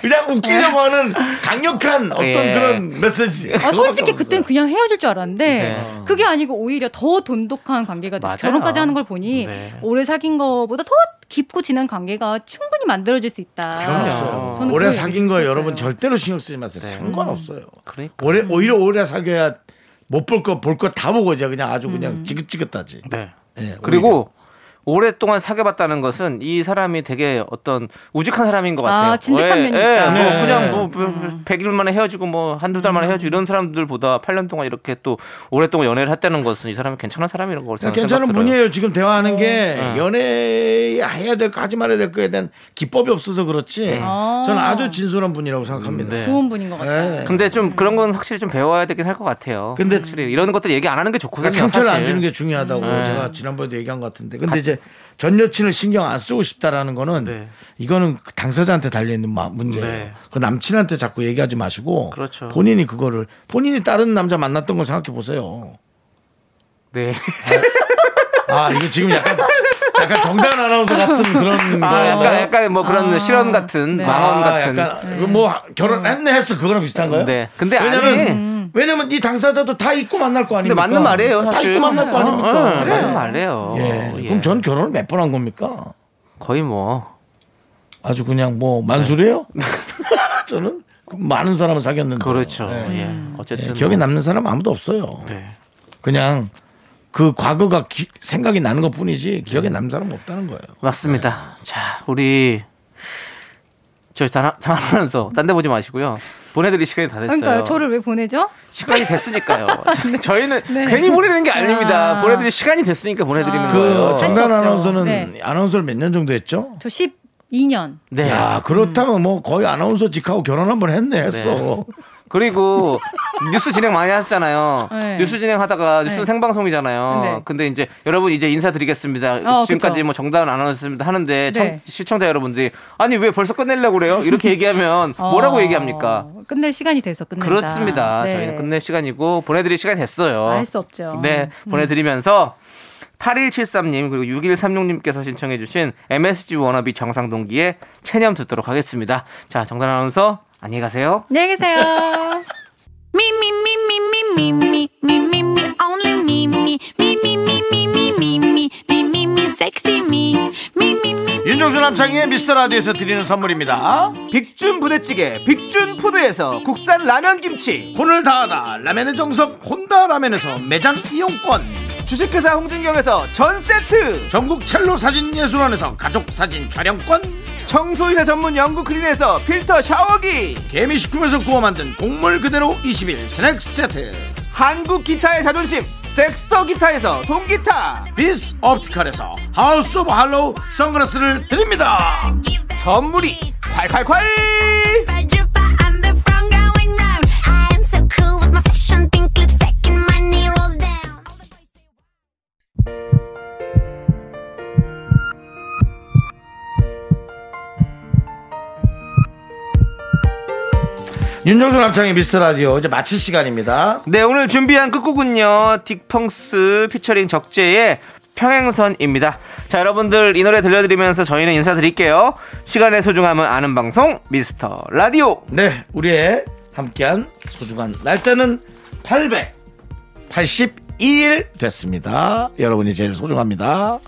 S1: 그냥 웃기려고 하는 강력한 어떤
S2: 예.
S1: 그런 메시지.
S6: 네. 아, 솔직히
S1: 그거밖에
S6: 그땐 그냥 헤어질 줄 알았는데
S2: 네.
S6: 그게 아니고 오히려 더 돈독한 관계가 돼서
S2: 맞아요.
S6: 결혼까지 하는 걸 보니
S2: 네.
S6: 오래 사귄 거보다 더 깊고 진한 관계가 충분히 만들어질 수 있다
S1: 상관없어요.
S6: 저는
S1: 오래
S6: 그거
S1: 사귄 거에
S6: 얘기
S1: 여러분
S6: 들었어요. 네.
S1: 절대로 신경 쓰지 마세요. 상관없어요.
S2: 그러니까.
S1: 오래, 오히려 오래 사귀어야 못 볼 거 볼 거 다 보고 이제 그냥 아주
S6: 음.
S1: 그냥 지긋지긋하지.
S2: 네.
S1: 예,
S2: 그리고 오랫동안 사귀어봤다는 것은 이 사람이 되게 어떤 우직한 사람인 것 같아요.
S6: 아, 진득한 면이 있다.
S2: 뭐
S1: 네.
S2: 그냥 뭐 100일 만에 헤어지고 뭐 한두 달
S6: 음.
S2: 만에 헤어지고 이런 사람들보다 8년 동안 이렇게 또 오랫동안 연애를 했다는 것은 이 사람이 괜찮은 사람이라는 걸
S1: 오히려.
S2: 생각-
S1: 아, 네, 괜찮은
S2: 생각 들어요. 네.
S1: 분이에요. 지금 대화하는
S6: 네.
S1: 게 연애 해야 될 거 하지 말아야 될 거에 대한 기법이 없어서 그렇지.
S6: 아. 음,
S1: 저는 아주 진솔한 분이라고 생각합니다.
S2: 네.
S6: 좋은 분인 것 같아요
S1: 예.
S2: 근데 좀 그런 건 확실히 좀 배워야 되긴 할 것 같아요.
S1: 근데
S2: 확실히 이런 것들 얘기 안 하는 게 좋거든요.
S1: 그러니까 상처를
S2: 사실. 네.
S1: 안 주는 게 중요하다고 제가 지난번에도 얘기한 것 같은데 근데 이제 전 여친을 신경 안 쓰고 싶다라는 거는
S2: 네.
S1: 이거는 그 당사자한테 달려있는 마- 문제예요
S2: 네.
S1: 그 남친한테 자꾸 얘기하지 마시고
S2: 그렇죠.
S1: 본인이 그거를 본인이 다른 남자 만났던 걸 생각해 보세요
S2: 네.
S1: 아 이거 지금 약간 약간 정단 아나운서 같은 그런 거
S2: 아,
S6: 어.
S2: 약간 약간 뭐 그런 실언
S6: 네.
S2: 같은 망언
S1: 아,
S2: 같은. 음.
S1: 약간 그뭐 결혼했네 했어 그거랑 비슷한가요?
S2: 네. 근데
S1: 왜냐면
S2: 아니.
S1: 왜냐면 이 당사자도 다 잊고 만날 거
S2: 근데
S1: 아닙니까?
S2: 맞는 말이에요, 사실.
S1: 다 잊고 만날 거 아닙니까? 네.
S2: 어, 어, 맞는 말이에요.
S1: 예.
S2: 예.
S1: 그럼 전 결혼을 몇 번 한 겁니까?
S2: 거의 뭐
S1: 아주 그냥 뭐 만수래요? 저는 그 많은 사람을 사귀었는데.
S2: 그렇죠.
S1: 예.
S2: 예.
S6: 음.
S2: 어쨌든
S1: 예, 기억에
S2: 뭐,
S1: 남는 사람 아무도 없어요.
S2: 네.
S1: 그냥 그 과거가 기- 생각이 나는 것 뿐이지 기억에 남는 사람은 없다는 거예요.
S2: 맞습니다. 자, 우리 저희 단단하면서 딴 데 보지 마시고요. 보내드릴 시간이 다 됐어요.
S6: 그러니까요. 저를 왜 보내죠?
S2: 시간이 됐으니까요. 저희는
S6: 네.
S2: 괜히 보내는 게 아닙니다.
S6: 아.
S2: 보내드릴 시간이 됐으니까 보내드리는
S6: 아.
S1: 그
S2: 거예요.
S6: 정-
S1: 정단
S6: 할 수 없죠.
S1: 아나운서는
S6: 네.
S1: 아나운서를 몇 년 정도 했죠?
S6: 저 12년.
S2: 네.
S1: 야 그렇다면 뭐 거의 아나운서 직하고 결혼 한번 했네 했어.
S2: 그리고 뉴스 진행 많이 하셨잖아요.
S6: 네.
S2: 뉴스 진행하다가 뉴스
S6: 네.
S2: 생방송이잖아요.
S6: 네.
S2: 근데 이제 여러분 이제 인사드리겠습니다.
S6: 어,
S2: 지금까지
S6: 그쵸.
S2: 뭐 정답은 안 하셨습니다 하는데 청-
S6: 네.
S2: 시청자 여러분들이 아니 왜 벌써 끝내려고 그래요? 이렇게 얘기하면 뭐라고
S6: 어,
S2: 얘기합니까?
S6: 끝낼 시간이 돼서 끝낸다.
S2: 그렇습니다.
S6: 네.
S2: 저희는 끝낼 시간이고 보내드릴 시간이 됐어요.
S6: 알수 없죠.
S2: 네,
S6: 음.
S2: 보내드리면서 8173님 그리고 6136님께서 신청해주신 MSG 워너비 정상동기의 체념 듣도록 하겠습니다. 자, 정단 아나운서 안녕히 가세요.
S6: 안녕히 계세요.
S7: Me, me, me, me, me, me, me, me, me, me, only me, me, me, me, me, me, me, me, me, me, me, me, sexy me, me, me, me.
S1: 윤정수 남창희의 미스터 라디오에서 드리는 선물입니다.
S5: 빅준 부대찌개 빅준푸드에서 국산 라면 김치
S1: 혼을 다하다 라면의 정석 혼다 라면에서 매장 이용권
S5: 주식회사 홍진경에서 전세트
S1: 전국 첼로 사진 예술원에서 가족 사진 촬영권
S5: 청소이사 전문 영국크린에서 필터 샤워기
S1: 개미식품에서 구워 만든 곡물 그대로 20일 스낵 세트
S5: 한국 기타의 자존심 덱스터 기타에서 동기타
S1: 비스 옵티컬에서 하우스 오브 할로우 선글라스를 드립니다.
S5: 선물이 콸콸콸
S7: I'm the front going round. I am so cool with my fashion, pink lipstick, and my knee rolls down.
S1: 윤정수 남창희 미스터 라디오 이제 마칠 시간입니다.
S2: 네, 오늘 준비한 끝곡은요. 딕펑스 피처링 적재의 평행선입니다. 자, 여러분들 이 노래 들려드리면서 저희는 인사드릴게요. 시간의 소중함은 아는 방송 미스터 라디오.
S1: 네, 우리의 함께한 소중한 날짜는 882일 됐습니다. 여러분이 제일 소중합니다.